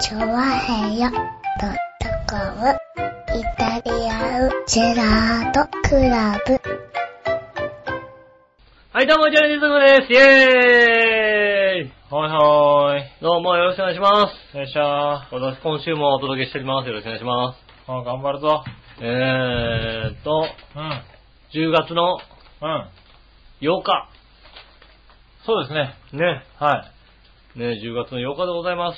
チョワヘヨドットコムイタリアンジェラートクラブ。はい、どうも、ジャニーズムです。イェーイはいはーい。どうもよろしくお願いします。よっしゃ私、今週もお届けしております。よろしくお願いしまー。あ頑張るぞ。す。えーっと、うん。 10月のうん。 8日。そうですね。ね。はね、10月の8日でございます。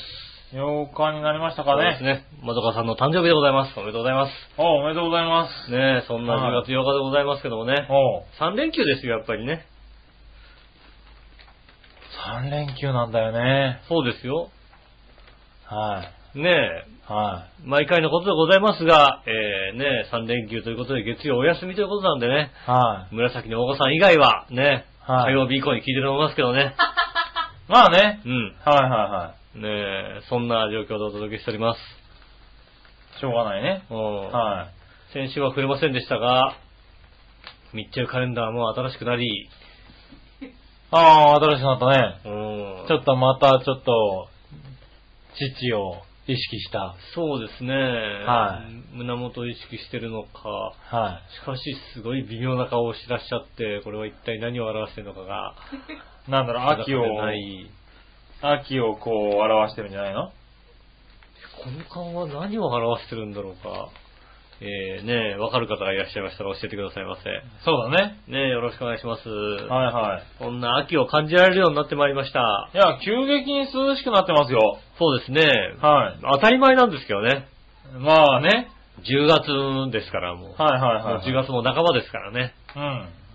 い。8日になりましたそかうね。ですね。まどかさんの誕生日でございます。おめでとうございま。おうおめでとうございますねそんな10月8日でございますけどもねす。。おう3連休ですよ、やっぱりね。 3連休なんだよね。そうですよ。はい。ねは毎回のことでございますが、えー、ね3連休ということで月曜お休みということなんでね。い。はい。紫のお子さん以外はね、は火い曜日以降に聞いてると思いますけどね。まあね。うん。はいはいはねえ、そんな状況でお届けしております。い。しょうがないね。うんは先週は触れませんでしたが、密着カレンダーも新しくなり、い。ああ、新しくなったね。うんちょっとまた、ちょっと、父を意識した。そうですね、は胸元を意識してるのか、はしかしすごい微妙な顔をしてらっしゃって、これは一体何を表してるのかが、い。なんだろう、秋定、をかでない秋をこう表してるんじゃないのこの顔は何を表してるんだろうか。えー、ねえ、わかる方がいらっしゃいましたら教えてくださいませ。そうだね。ねえ、よろしくお願いします。ははいはい。こんな秋を感じられるようになってまいりました。いや、急激に涼しくなってますよ。そうですね。はい。当たり前なんですけどね。まあね。 10月ですからもう。はいはいはい、はい。もう10月も半ばですからね。うん。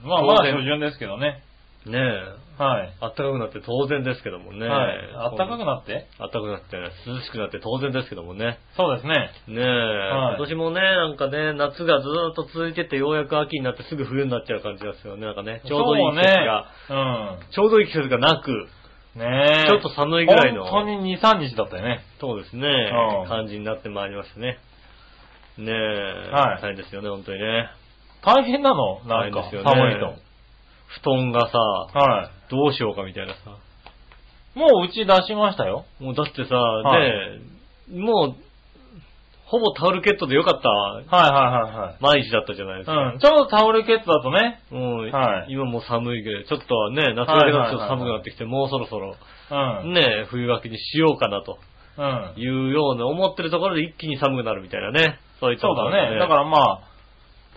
まあま当だ然初旬ですけどね。ねえ。はい。暖かくなって当然ですけどもね。はい。暖かくっなって暖かくなって、涼しくなって当然ですけどもね。そうですね。ねえ、はい今年もね、なんかね、夏がずーっと続いてて、ようやく秋になってすぐ冬になっちゃう感じですよね。なんかね、ちょうどいい季節が、そうね。ちょうどいい季節がなく、うん。ねえ。ちょっと寒いぐらいの本当に2、3日だったよね。そうですね、うん感じになってまいりましたね。ねえ、はい大変ですよね、本当にね。大変なのなん大か、変ですよね寒いと。布団がさ、はどうしようかみたいなさ。い。もううち出しましたよ。もうだってさ、はいねえ、もう、ほぼタオルケットでよかったはいはいはい毎日だったじゃないですか。はい。うん。ちょうどタオルケットだとね。もうはい今もう寒いけど、ちょっとはね、夏だけだとちょっと寒くなってきて、もうそろそろ、うん。ねえ、冬がけにしようかなとうん。いうような思ってるところで一気に寒くなるみたいなね。そういったそことうだがね。だからまあ、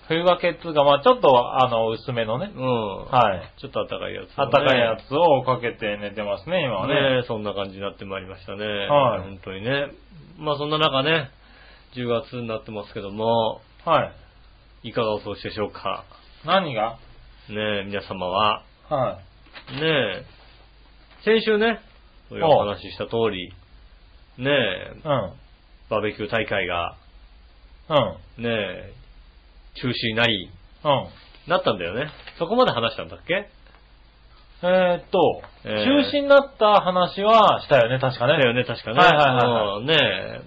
冬掛けっていうか、まあちょっと、あの、薄めのね。うん。はい。ちょっと暖かいやつ、暖かいやつをかけて寝てますね、今はね。ねそんな感じになってまいりましたね。はい本当にね。まあそんな中ね、10月になってますけども、はい。いかがお過ごしでしょうか。何がねえ皆様は。はねえ先週ね、そういうお話しした通り、ねえい。うん。バーベキュー大会が、うん。ねえ中止になり、うん。なったんだよね。そこまで話したんだっけえーっと、えー中止になった話はしたよね、確かだね。よね、確かね。はいはいはいはうんねえ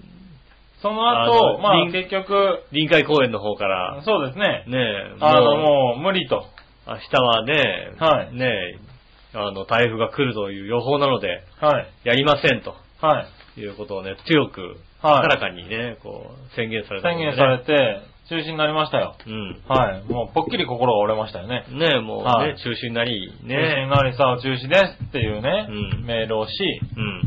その後、あのまあ臨結局、臨海公園の方から、そうですね。ねえあの、もう無理と。明日はね、はいねえ、あの、台風が来るという予報なので、はい。やりませんとはい。いうことをね、強く、はい高らかにね、こう、宣言された、宣言され。て、中止になりましたよ。うん。はい。もうぽっきり心が折れましたよね。ねえ、もうね、はい中止になり、中止にねなりさ、中止ですっていうね、うんメールをし、うん。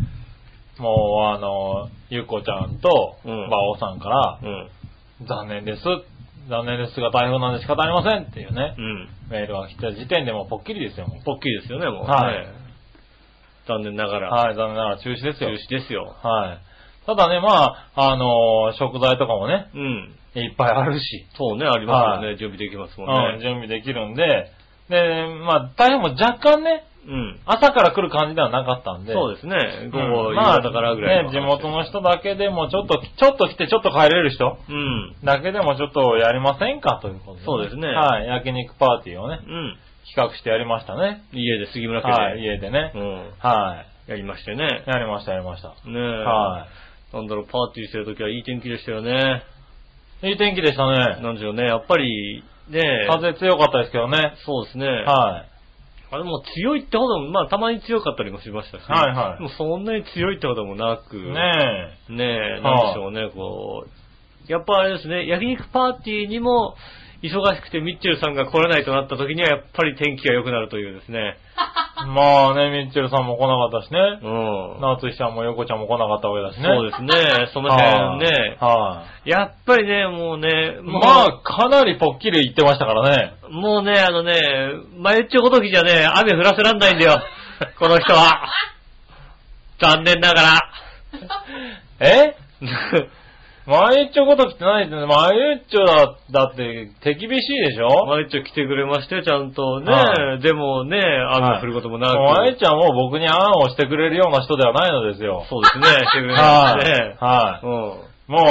もうあの、ゆうこちゃんと、うん馬王さんから、うん。残念です。残念ですが台風なんで仕方ありませんっていうねう、ん。メールが来た時点でもうポッキリですよ、もうポッキリですよね、もう、ね。はい残念ながら、はい、残念ながら中止です中よ。止ですよ。はい。ただね、まあ、あのー食材とかもね、うん。いっぱいあるし、そうね、ありますよね。は準備できますうもんん、ね。準備できるんで、で、まあ、台風も若干ね、うん。朝から来る感じではなかったんで、そうですね。午後、うん夕まあ方からぐらいの話ね、地元の人だけでもちょっと、ちょっと来てちょっと帰れる人うん。だけでもちょっとやりませんかということで、そうですねはい、焼肉パーティーをねう、ん。企画してやりましたね。家で、杉村家で、はい、家でねう。ん。はやりましてねい。。やりました、やりました。ねえ。はなんだろう、パーティーしてるときはいい天気でしたよね。い。いい天気でしたね。なんでしょうね。やっぱり、ねえ。風強かったですけどね。そうですね。はあれも強いってほども、まあたまに強かったりもしましたし、はいはいでもそんなに強いってほどもなく、ねねえ、なんでしょうね、こう。やっぱあれですね、焼肉パーティーにも、忙しくてミッチェルさんが来れないとなった時には、やっぱり天気が良くなるというですね。え。まあね、ミッチェルさんも来なかったしうね。ん。ナーツイちゃんもヨコちゃんも来なかったわけだしね。そうですね、その辺ね。はい、やっぱりね、もうね、もうまあ、かなりポッキリ言ってましたからね。もうね、あのね、前っちょごときじゃね、雨降らせらんないんだ よ。この人は。残念ながら。えマユッチョごときって何言ってんのマユッチョだ、だって手厳しいで しょ前っちょ来てくれまして、ちゃんとね、はでもね、雨降ることもなく。マユッチョはもう僕に案をしてくれるような人ではないのですよ。そうですね、してくれまはしい、てね。はい、うんもう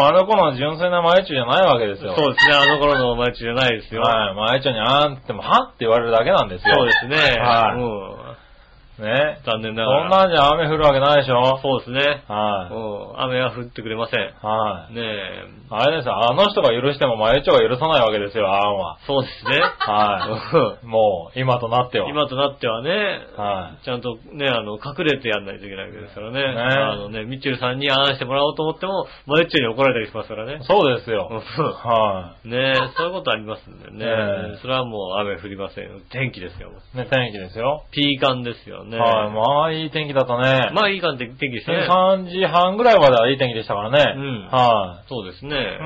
あの頃の純粋なマユッチョじゃないわけですそうよ。ですね、あの頃の前っちょじゃないですよ。はい。マユッチョにあんって言っても、はって言われるだけなんですよ。そうですね、はいうんね。残念そながんら。なんじゃ雨降るわけないでしょそうですね、はい、うん雨は降ってくれません。はい、ねえ、あれですよ、あの人が許してもマユッチョが許さないわけですよ、案は。そうですね。はい、うん もう、今となっては。今となってはね、はちゃんとね、あの、隠れてやんないといけないわけですからね。あのねね、ミッチェルさんに案内してもらおうと思っても、マユッチェルに怒られたりしますからね。そうですよ。うはんねそういうことありますんでね。ねえそれはもう雨降りませんよ。天気ですよ。い。ね、天気ですよ。ピーカンですよね。はい。まあ、いい天気だったね。まあいい感じで天気でしたね。 3時半ぐらいまではいい天気でしたからね。うんはそうですね。い。うん。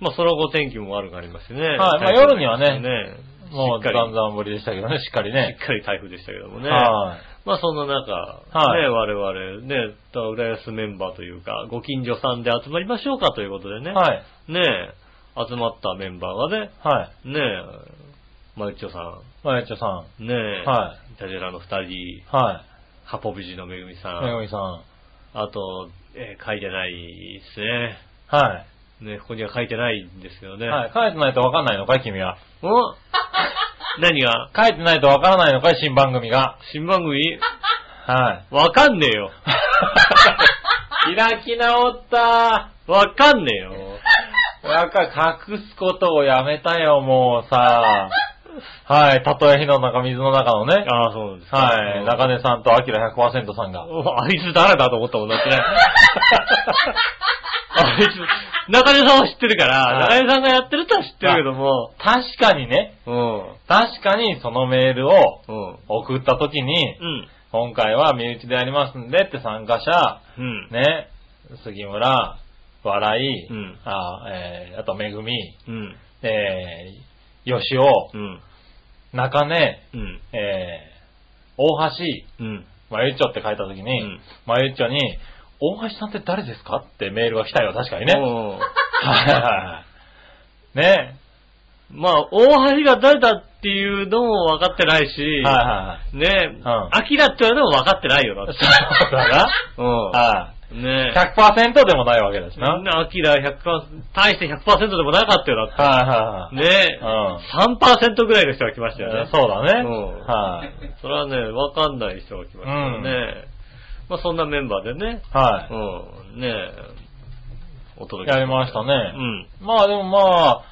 まあその後天気も悪くなりましてね。いまあ台風夜にはねももうう、しっかだり、んだんぶりでしたけどね、しっかりねし。っかり台風でしたけどもね。はい。まあそんな中、はいね、我々、ね、浦安メンバーというか、ご近所さんで集まりましょうかということでね、はい。ねえ、集まったメンバーがね、はい。ねえ、マユッチョさまゆっちょさん。ん、ねえ、はイタジェラの二人、はハポビジのめぐみさい。めぐん、みさん。あと、えー書いてないですね。はね、ここには書いてないんですよい。ね。はい。書いてないとわかんないのかい、君は。お 何が書いてないとわからないのかい、新番組が。新番組はわかんねえよ。い。開き直ったわかんねえよ。なんか隠すことをやめたよ、もうさ。はい。たとえ火の中、水の中のね。ああ、そうなんですか。はい。うん中根さんとアキラ100%さんが。おあいつ誰だと思ったもんだってね。 あいつ、中根さんは知ってるから、はい中根さんがやってるとは知ってるけども、確かにね、うん。確かにそのメールをうん。送った時にう、ん。今回は身内でやりますんでって参加者、うん。ね、杉村、笑い、うんあえーあとめぐみ、うん。えー、よしお、うん。中根、うん。えー、大橋、うん。まゆっちょって書いた時に、うんまゆっちょに、大橋さんって誰ですかってメールが来たよ、確かにね。うんはいはいはい。ね。まあ、大橋が誰だっていうのも分かってないし、はいはいはねえ、い。んアキラっていうのも分かってないよだって。そう だな。うはん。い。ねえ。 100%でもないわけですな。なはんいでアキラ100%、大して100%でもなかったよだって。はいねはい。え、3%ぐらいの人が来ましたよね。そうだね。うんはい。それはね、わかんない人が来ましたよね。まあそんなメンバーでね、はうん、ねえ、お届い。けやりましたうね。ん、まあでもまあ、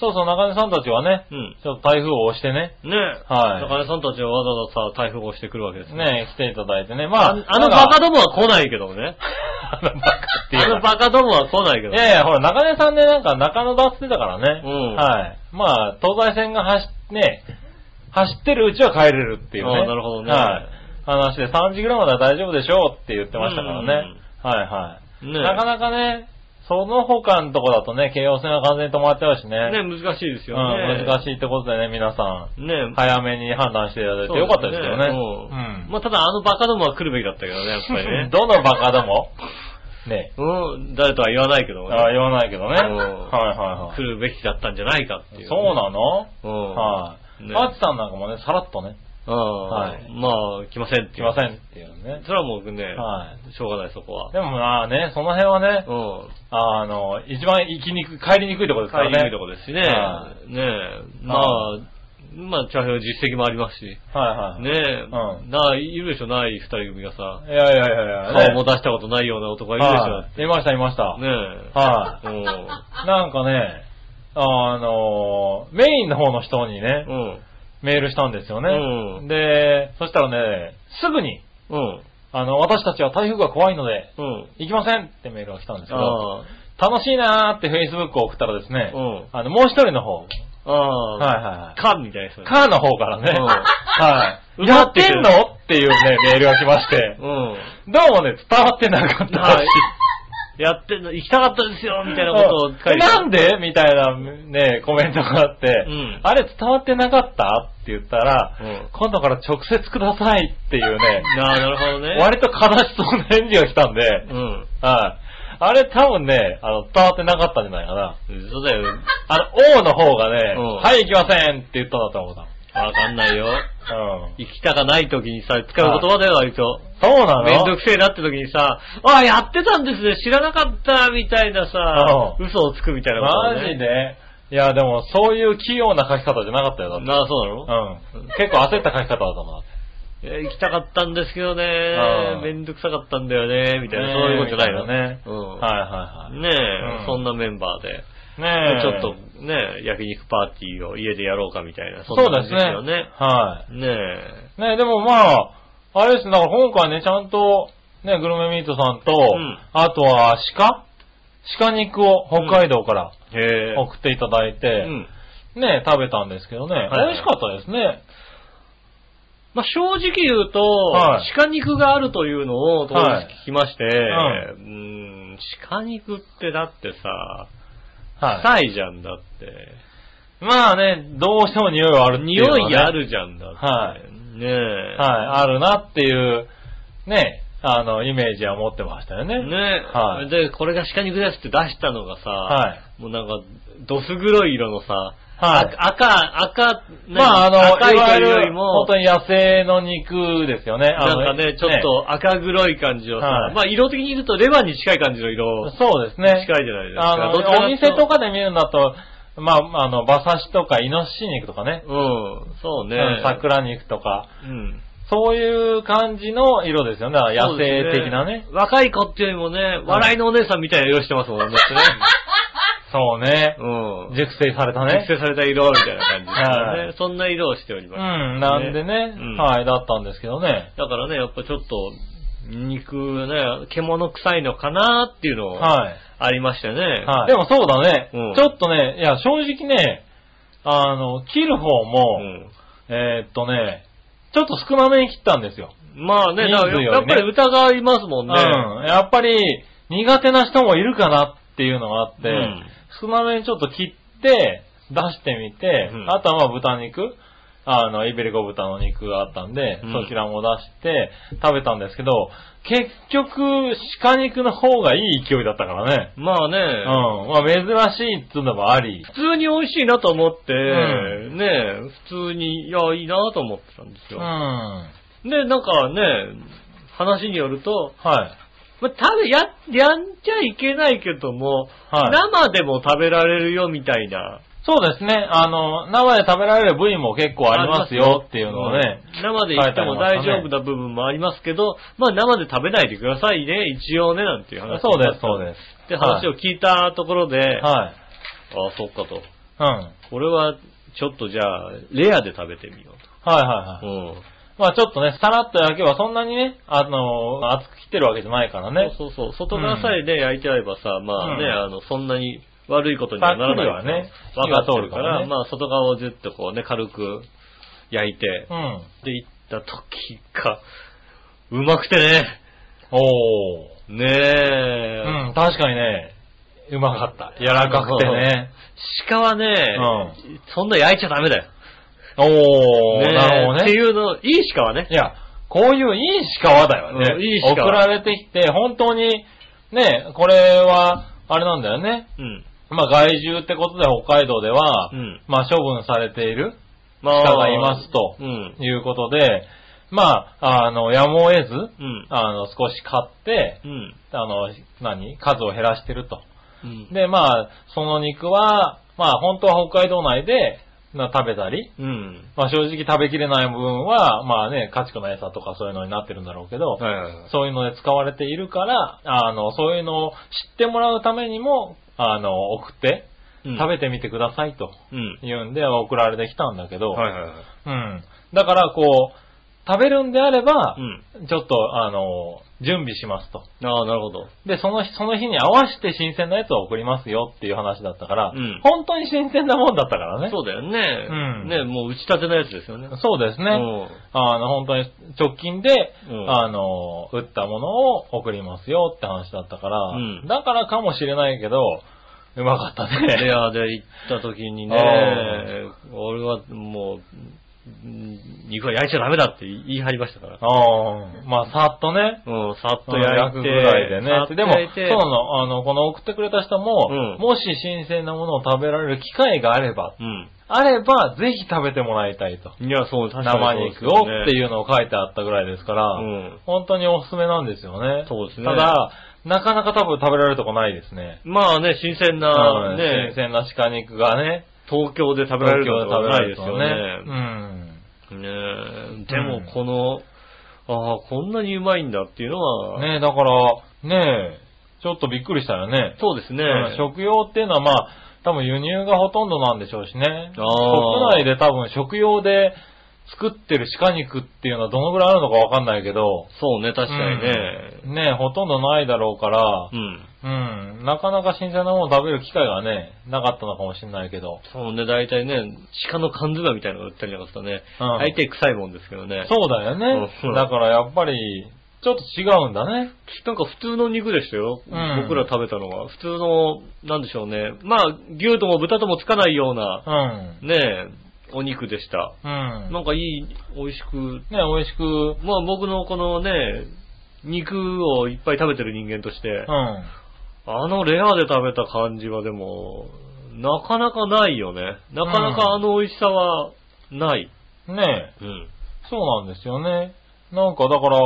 そうそう、中根さんたちはね、うん。ちょっと台風を押してね、ねえ、はい中根さんたちはわざわざさ、台風を押してくるわけです。ね、来ていただいてね。ままあ、あ、あのなバんかカどもは来ないけどもね。 あのバカっていあうのかバカどもは来ないけどいやいや、ほら、中根さんでなんか中野だって言ってたからね。うんはい。まあ、東西線が走っ、ね、走ってるうちは帰れるっていうね。ああなるほどねはい。話で3時ぐらいまでは大丈夫でしょうって言ってましたからね。はいはい。ねなかなかね、その他のとこだとね、京王線は完全に止まっちゃうしね。ねえ難しいですうよん、ね。難い。しいってことでね、皆さん、ねえ、早めに判断していただいてよかったですけどね。そうですねうんうん。まあただあのバカどもは来るべきだったけどね、やっぱりねどのバカどもね。うん、誰とは言わないけどもね。ああ言わないけどね。はういんはい来るべきだったんじゃないかっていうはい。ね、そうなのうん。はい。ねマッチさんなんかもね、さらっとね、うん。はいまあ、来ませんって来いうませんっていうね。それはもうね、はしょうがないそこは。でもまあね、その辺はね、うん。あの、一番行きにくい、帰りにくいところですか帰らりにくいね。とこですしね。はねえ。まあは、まあ、チャーヘ実績もありますし。ねはいはい。え。うんない、いるでしょ、ない二人組がさ、いやいやいやいや。顔もね出したことないような男がいるはいいましたいました。でしょ。はねえ。い。なんかね、あの、メインの方の人にねう、ん。うん。メールしたんですよね。うんで、そしたらね、すぐに、うん。あの、私たちは台風が怖いので、うん。行きませんってメールが来たんですけど、ああ。楽しいなーって Facebook を送ったらですね、うんあの、もう一人の方、ああ。はいはいはいか、みたいな人。カーの方からね、うんはい。埋まやっっててるんのっていう ね、メールが来まして、うん。どうもね、伝わってなかったらしい。やってんの、行きたかったですよ、みたいなことを書いてうんなんでみたいなね、コメントがあって、うんあれ伝わってなかったって言ったら、うん今度から直接くださいっていうね、ああ、なるほどね。割と悲しそうな返事が来たんで、うん。はい。あれ多分ね、あの、伝わってなかったんじゃないかな。嘘だよ。あの、王の方がね、うんはい、行きませんって言ったんだと思った。わかんないよ。うん。行きたかない時にさ、使う言葉だよ、割と。そうなのめんどくせえなって時にさ、あ、やってたんですね、知らなかった、みたいなさ、う嘘をつくみたいなことマをねジでいや、でも、そういう器用な書き方じゃなかったよ、だって。なあ、そうなのうん。結構焦った書き方だったな。いや行きたかったんですけどねう、んめんどくさかったんだよね、みたいな、ねえそういうことじゃないのみたいなねうん。はいはいはい。ねえ、うんそんなメンバーで、ねえ。ちょっとね、焼肉パーティーを家でやろうかみたいな、そそううでですすね。よね。はねえ。い。ねでもまあ、あれですね、だから今回ね、ちゃんと、ね、グルメミートさんと、んあとは鹿鹿肉を北海道からへえ。送っていただいて、うん。ね、食べたんですけどね、いはい美味しかったですね。まあ、正直言うと、はい鹿肉があるというのを当はい時聞きまして、ううーん、鹿肉ってだってさ、は臭いじゃんだって。い。まあね、どうしても匂いはあるっていう匂のはねいあるじゃんだって。はいねえ。はい、あるなっていう、ね、あの、イメージは持ってましたよね。ねえ、はいで、これが鹿肉ですって出したのがさ、はもうなんか、どす黒い色のさ、はいあ赤、赤、まあ、あの、赤いわいゆというよりる、も本当、に野生の肉ですよね。あなのんかね、ちょっと赤黒い感じをさ、はいまあ色的に言うとレバーに近い感じの色、ねそうです近いね。じゃないですか。あのどちら、おかいう店とかで見るんだと、まあ、あの、馬刺しとか、イノシシ肉とかね。うん、そうね。うん桜肉とか、うん。そういう感じの色ですよね。野生的なねそうで。す若い子っていうよりもね、笑いのお姉さんみたいな色してますもんね。だってね そうね。うん。熟成されたね。熟成された色みたいな感じですよ はね。そんな色をしておりうます。ん、なんでねうん。はい、だったんですけどね。だからね、やっぱちょっと、肉ね、獣臭いのかなっていうのがはい。ありましたよね。はい。でもそうだね、うんちょっとね、いや、正直ね、あの、切る方も、うんえーっとね、ちょっと少なめに切ったんですよ。まあね、だ人か数よらりねやっぱり疑いますもんね。うん。やっぱり、苦手な人もいるかなっていうのがあって、うん少なめにちょっと切って、出してみて、うんあとはまあ豚肉、あの、イベリコ豚の肉があったんで、うんそちらも出して食べたんですけど、結局、鹿肉の方がいい勢いだったからね。まあね、うん。まあ珍しいっていうのもあり、普通に美味しいなと思って、うねえ、普通に、いや、いいなと思ってたんですうよん。。はで、なんかね、話によると、い。まあ、食べ、や、やんちゃいけないけども、はい生でも食べられるよみたいな。そうですね。あの、生で食べられる部位も結構ありますよっていうのをね。うん生で行っても大丈夫な部分もありますけど、まあ生で食べないでくださいね、一応ね、なんていう話。。そうです、そうですす。って話を聞いたところで、あはあ、い。そっかと。うん。はいこれは、ちょっとじゃあ、レアで食べてみよはいうはい。と。うん。まあちょっとね、さらっと焼けばそんなにね、あの、熱く切ってるわけじゃないからね。そうそうそう。外側さえね、焼いてあればさ、まあね、うんあの、そんなに悪いことにはならないから。わパックリかはねってるから、火が通るからねまあ外側をずっとこうね、軽く焼いて、うん。で、行った時が、うまくてね。おー。ねえ。うん、確かにね、うまかった。柔らかくてね。鹿はね、そんな焼いちゃダメだよ。おー、ねえなるほどってね。いうの、いい鹿はねい。や、こういういい鹿はだようんね。いい鹿送られてきて、本当に、ね、これは、あれなんだよね。うん。まあ、害獣ってことで北海道では、うんまあ、処分されているま鹿がいますとうん。いうことで、まあ、あの、やむを得ず、うん。あの、少し買って、うん。あの、何数を減らしてると。うん。で、まあ、その肉は、まあ、本当は北海道内で、まあ食べたり、うん。まあ、正直食べきれない部分は、まあね、家畜の餌とかそういうのになってるんだろうけど、はいはいはい。そういうので使われているから、あの、そういうのを知ってもらうためにも、あの、送って、うん食べてみてくださいとうん。言うんで送られてきたんだけど、はいはいはい。うん。だからこう、食べるんであればう、ん。ちょっとあの、準備しますと。ああ、なるほど。で、その日、その日に合わせて新鮮なやつを送りますよっていう話だったから、うん本当に新鮮なもんだったからね。そうだようんね。ね、もう打ち立てのやつですよね。そうですね。あの、本当に直近で、うんあの、打ったものを送りますよって話だったから、うんだからかもしれないけど、うまかったうん。ね。レアで行った時にねあ、俺はもう、ん肉は焼いちゃダメだって言い張りましたから。うんまあ、さっとね。うん、さっと焼焼くいぐて。らいでさっね。とでも、焼いそうてなの、あの、この送ってくれた人も、うんもし新鮮なものを食べられる機会があれば、あれば、ぜひ食べてもらいたいと。うん。いや、そう、確かに生肉をってう。いうのを書いてあったぐらいですから、うん。本当におすすめなんですよね。そうですねただ、なかなか多分食べられるとこないですね。まあね、新鮮うなんね新、鮮な鹿肉がね、東京で食べられることはないですよ東京で食べられるとね。ねねえでもうんこの、ああ、こんなにうまいんだっていうのうは、ん。ねえだから、ねえ、ちょっとびっくりしたよね。そうですね。うん食用っていうのはまあ、多分輸入がほとんどなんでしょうしあね。ー国内で多分食用で作ってる鹿肉っていうのはどのぐらいあるのかわかんないけど。そうね、確かにね。うん。ねえほとんどないだろうからう、ん。うん、なかなか新鮮なものを食べる機会がね、なかったのかもしれないけど。そうね、大体ね、鹿の缶詰みたいなのが売ったりなんかするとね、うん大体臭いもんですけどね。そうだよねうん。だからやっぱり、ちょっと違うんだね。なんか普通の肉でしたよ。うん僕ら食べたのは。普通の、なんでしょうね。まあ、牛とも豚ともつかないような、うん。ねえ、お肉でした。うん。なんかいい、美味しく。ね、美味しく、うん。まあ僕のこのね、肉をいっぱい食べてる人間として、あのレアで食べた感じはでも、なかなかないよね。なかなかあの美味しさはない。ねうん。そうなんですよね。なんかだから、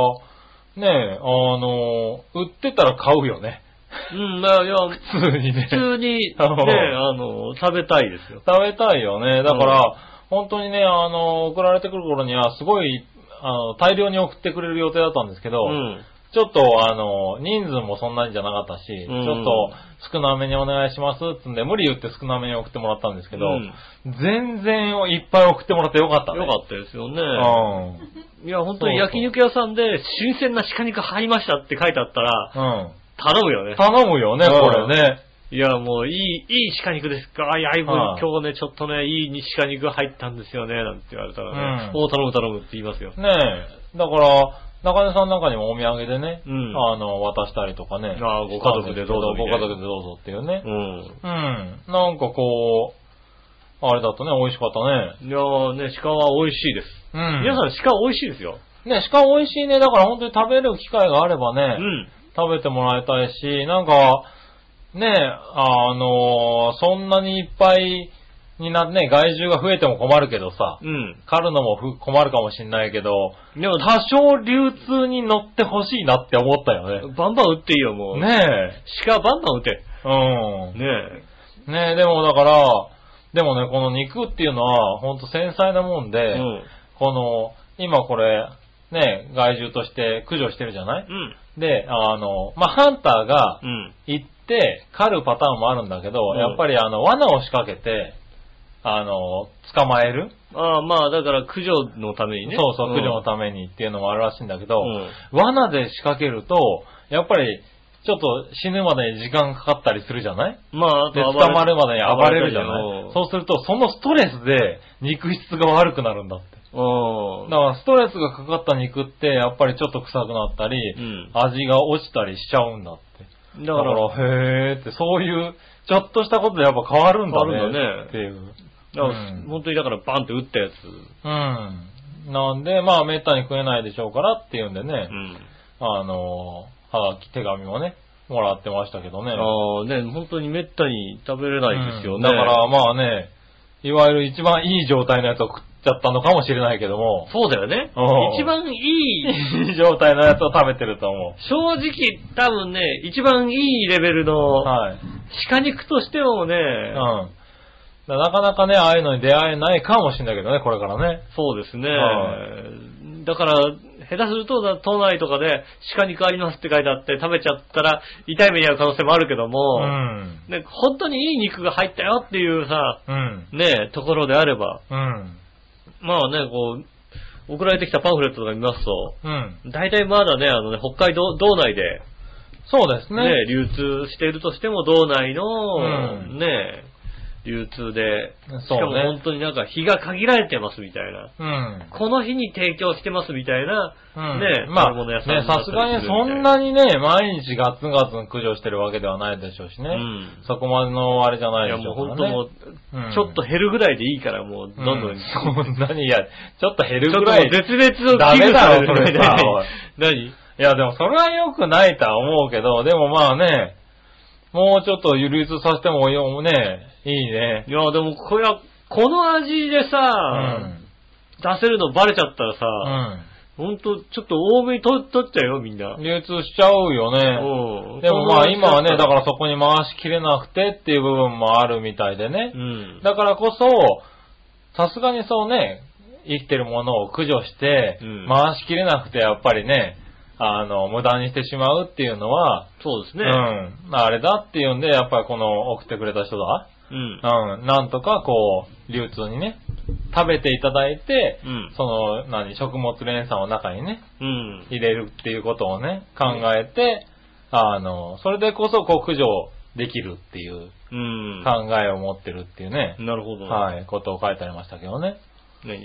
ねあの、売ってたら買うよね。 うん、まあいや、普通にね。普通にね、 あのあの、食べたいですよ。食べたいよね。だかうら、本当にね、あの、送られてくる頃には、すごい、あの、大量に送ってくれる予定だったんですけど、ん。ちょっと、あの、人数もそんなにじゃなかったし、うんちょっと少なめにお願いしますってんで、無理言って少なめに送ってもらったんですけど、うん全然いっぱい送ってもらってよかったね。よかったですよね。うん。いや、本当に焼肉屋さんで新鮮な鹿肉入りましたって書いてあったら、うん。頼むよね。頼むよね、うんこれね。いや、もう、いい、いい鹿肉ですかあいや、いぶ、はい今日ね、ちょっとね、いい鹿肉入ったんですよね、なんて言われたらね、うんおう頼む頼むって言いますよ。ねえ。だから、中根さんなんかにもお土産でね、うんあの、渡したりとかね。ああご家族でどうぞみたごいな家族でどうぞっていうねう。ん。うん。なんかこう、あれだとね、美味しかったね。いやーね、鹿は美味しいです。うん。皆さん、鹿美味しいですよ。ね、しかも美味しいね。だから本当に食べる機会があればうね、ん。食べてもらいたいし、なんか、ね、あの、そんなにいっぱいになね、害獣が増えても困るけどさ、うん。狩るのもふ困るかもしんないけど、でも、多少流通に乗ってほしいなって思ったよね。バンバン撃っていいよ、もう。。ね鹿バンバン撃て。え。うねえ。ん。ねえ、でもだから、でもね、この肉っていうのは、ほんと繊細なもんで、うん。この、今これ、ね、害獣として駆除してるじゃないうん。で、あの、まあ、ハンターがうん。行って狩るパターンもあるんだけど、うんやっぱりあの、罠を仕掛けて、あの、捕まえる、ああ、まあ、だから、駆除のためにね。そうそう、駆除のたためにっていうのもあるらしいんだけど、うん罠で仕掛けると、やっぱり、ちょっと死ぬまでに時間かかったりするじゃないめ。まあ、あで、と捕暴れまるまでに暴れるじゃないそそうすると、そのストレスで肉質が悪くなるんだって。う。うだん。から、ストレスがかかった肉って、やっぱりちょっと臭くなったり、うん味が落ちたりしちゃうんだって。だだか、からら、へーって、そういう、ちょっとしたことでやっぱ変わるんだ変わるんだねね。っていう。だからうん本当にだからバンって撃ったやつ。うん。なんで、まあ、めったに食えないでしょうからっていうんでねう、ん。あのー、はがき、手紙もね、もらってましたけどね。ああ、ね、本当に滅多に食べれないですよね。うんだから、、まあね、いわゆる一番いい状態のやつを食っちゃったのかもしれないけども、そうだよねうん。一番いい、いい状態のやつを食べてると思正直多分ね、一番いいレベルのう。はい。鹿肉としてもね、うん。だなかなかね、ああいうのに出会えないかもしれないけどね、これからね。そうですねは。だから、下手すると、だ都内とかで鹿肉ありますって書いてあって、食べちゃったら痛い目に遭う可能性もあるけどうも、ん。ね、本当にいい肉が入ったよっていうさ、うん。ね、ところであれば、うん。まあね、こう、送られてきたパンフレットとか見ますと、うん。大体まだね、あのね、北海道道内で、そうですね。ね、流通しているとしても、道内の、うんね、流通で、しかそうもね本当になんか日が限られてますみたいな。うん。この日に提供してますみたいな、うん。ね、まあ、食べ物ね屋、さんだったりさすがにるそんなにね、毎日ガツンガツン駆除してるわけではないでしょうしね。うんそこまでのあれじゃないいやでしょもううから本ね。当もう、うんちょっと減るぐらいでいいから、もう、どんどん、うちそ んなに、いや、ちょっと減ょるっとぐもらうい。絶滅をダメだ危惧さろれるぐらいでそれさおい何いや、でもそれは良くないとは思うけど、でもまあね、もうちょっと流通させてもよね、いいね。いや、でも、こや、この味でうさ、ん。出せるのバレちゃったらうさ、ん。ほんと、ちょっと多めに取取っちゃうよ、みんな。うん。流通しちゃうよね。でもまあ今はね、だからそこに回しきれなくてっていう部分もあるみたいでねう。ん。だからこそ、さすがにそうね、生きてるものを駆除してうん、回しきれなくてやっぱりね、あの、無駄にしてしまうっていうのは、そうですね。うん。あれだっていうんで、やっぱりこの送ってくれた人だ。うん。うん。なんとかこう、流通にね、食べていただいて、うんその、何、食物連鎖の中にね、うん。入れるっていうことをね、考えて、あの、それでこそ、こう、駆除できるっていううん。考えを持ってるっていうね、なるほど。はい、ことを書いてありましたけどね。何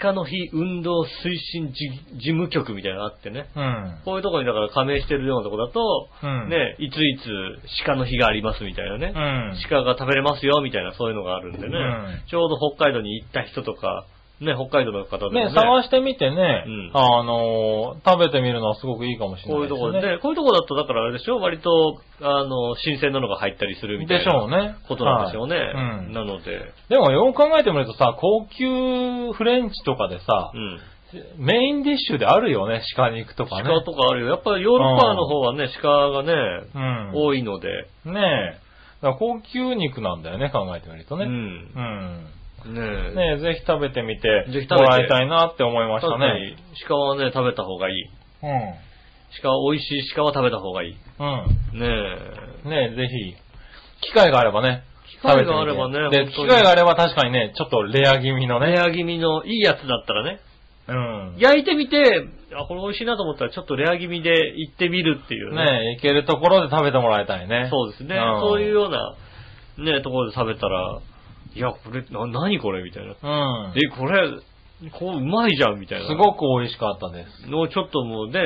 鹿の日運動推進事事務局みたいなのあってね。うん。こういうところにだから加盟してるようなとこだと、うん。ね、いついつ鹿の日がありますみたいなねう。ん。鹿が食べれますよみたいなそういうのがあるんでね。うんちょうど北海道に行った人とか、ね、北海道の方でもね。ね、探してみてね、うんあの、食べてみるのはすごくいいかもしれこうないいうでとすね。ころで、こういうところだとだからあれでしょ割と、あの、新鮮なのが入ったりするみたいでしょうなね。ことなんでしょうね。はいうんなので、でもよく考えてみるとさ、高級フレンチとかでさう、ん。メインディッシュであるよね、鹿肉とかね。鹿とかあるよ。やっぱりヨーロッパの方はね、鹿がね、うん。多いので、ねえ。だから高級肉なんだよね、考えてみるとうね。ん。うねん。え。ねえ、ぜひ食べてみてぜひ食べてもらいたいなって思いまし確たかね。に、鹿はね、食べた方がいい。鹿、美味しい鹿は食べた方がいい。うん。ねうん。ねえ、ぜひ、機会があればね。機会があればね食べ本てみて当で、機に会があれば確かにね、ちょっとレア気味のえ。レね。ア気味のいいやつだったらね、うん。焼いてみて、あ、これ美味しいなと思ったらちょっとレア気味で行ってみるっていうね。ねえ、いけるところで食べてもらいたいね。そうですね。んそういうような、ね、ところで食べたら、いや、これ、な、何これみたいな。うん。え、これ、こう、うまいじゃんみたいな。すごく美味しかったです。のちょっともうね、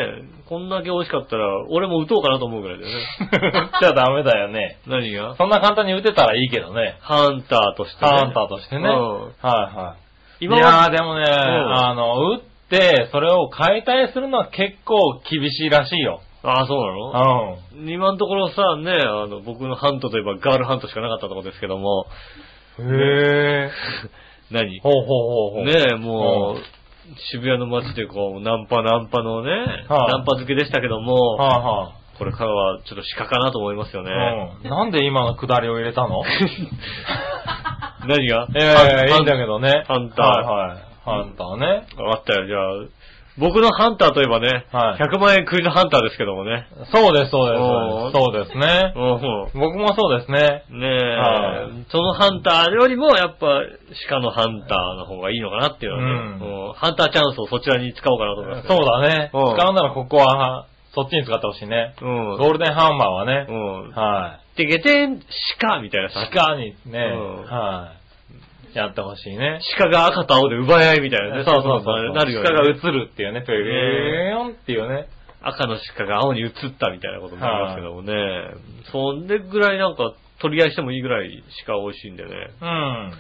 こんだけ美味しかったら、俺も打とうかなと思うぐらいだよね。じゃあダメだよね。何がそんな簡単に打てたらいいけどね。ハンターとして、ね。ハンターとしてね。うんはいはい。い今まやーででもね、んあの、打って、それを解体するのは結構厳しいらしいよ。ああ、そううなのん。今のところさ、ね、あの、僕のハントといえばガールハントしかなかったとこですけども、へえ。何ほうほうほうほう。ねえ、もう、渋谷の街でこう、ナンパナンパのね、はナいンパ漬けでしたけども、はいはこれからはちょっと鹿かなと思いますよね。い。うん。なんで今の下りを入れた の 何がえハンえ、いいんだけどね。ハンターはいはい。ハンターね。わかったよ、じゃあ、僕のハンターといえばね、はい100万円クイズハンターですけどもね。そうです、そうおーです。そうですねう。ん僕もそうですね。ねえ、はそのハンターよりもやっぱ鹿のハンターの方がいいのかなっていうのはね、ううんハンターチャンスをそちらに使おうかなと思います、そうだね。使うんうならここは、そっちに使ってほしいね。う。うん。ゴールデンハンマーはね。うん。は。てけてん、鹿みたいないさ。鹿にね、うんはい。やってほしいね。鹿が赤と青で奪い合いみたいなね。そうそうそう。なるよ、ね。鹿が映るっていうね、ペリーンっていうね。赤の鹿が青に映ったみたいなこともありますけどもね。そんでぐらいなんか取り合いしてもいいぐらい鹿美味しいんでね。うん。あ、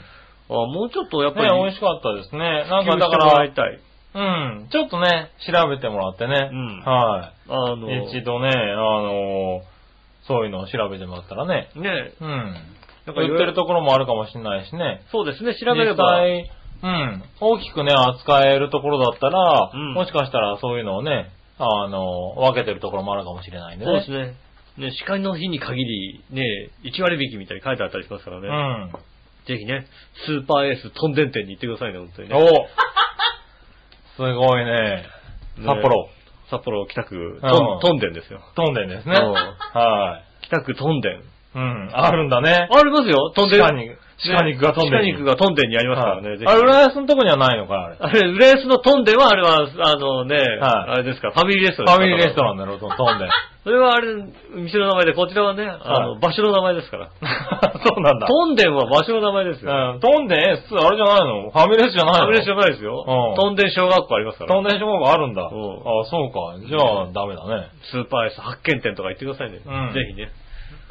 もうちょっとやっぱねり、、美味しかったですね。なん普か及だしてかもらいら、たい。うん。ちょっとね、調べてもらってね。うんはあの、い。一度ね、あのそういうのを調べてもらったらね。ね、うん。なんか売いろいっろてるところもあるかもしれないしね。そうですね、調べれば。実際、うん、大きくね、扱えるところだったら、うんもしかしたらそういうのをね、あの、分けてるところもあるかもしれないんでそうでね。すね。ね、鹿の日に限り、ね、1割引きみたいに書いてあったりしますからうね。ん。ぜひね、スーパーエーストンデン店に行ってくださいね、本当にね。おすごいね。ね札幌。札幌北区、うんとんでんですよ。飛んでんですね。うんはい。北区とんでん。うん。あるんだね。ありますよ、とんでん。鹿肉。鹿肉が飛んで鹿肉がとんでんにありますからね、ぜひあれ、浦安のとこにはないのか、あれ。あれ、浦安のトンデは、あれは、あのね、はあれいですか、ファミリーレストフランァミリーレストラン。ンだろ、と飛 んでん。それはあれ、店の名前で、こちらはね、あの、はい場所の名前ですから。そうなんだ。トンデンは場所の名前ですよ。うん。飛んでん、え普通あれじゃないのファミレスじゃないのファミレスじゃないですよ。うトンデン小学校ありますから。飛んでん情報があるんだ。ああん、そうか。じゃあ、ダメだね。スーパーアイス発見店とか行ってくださいね。うんぜひね。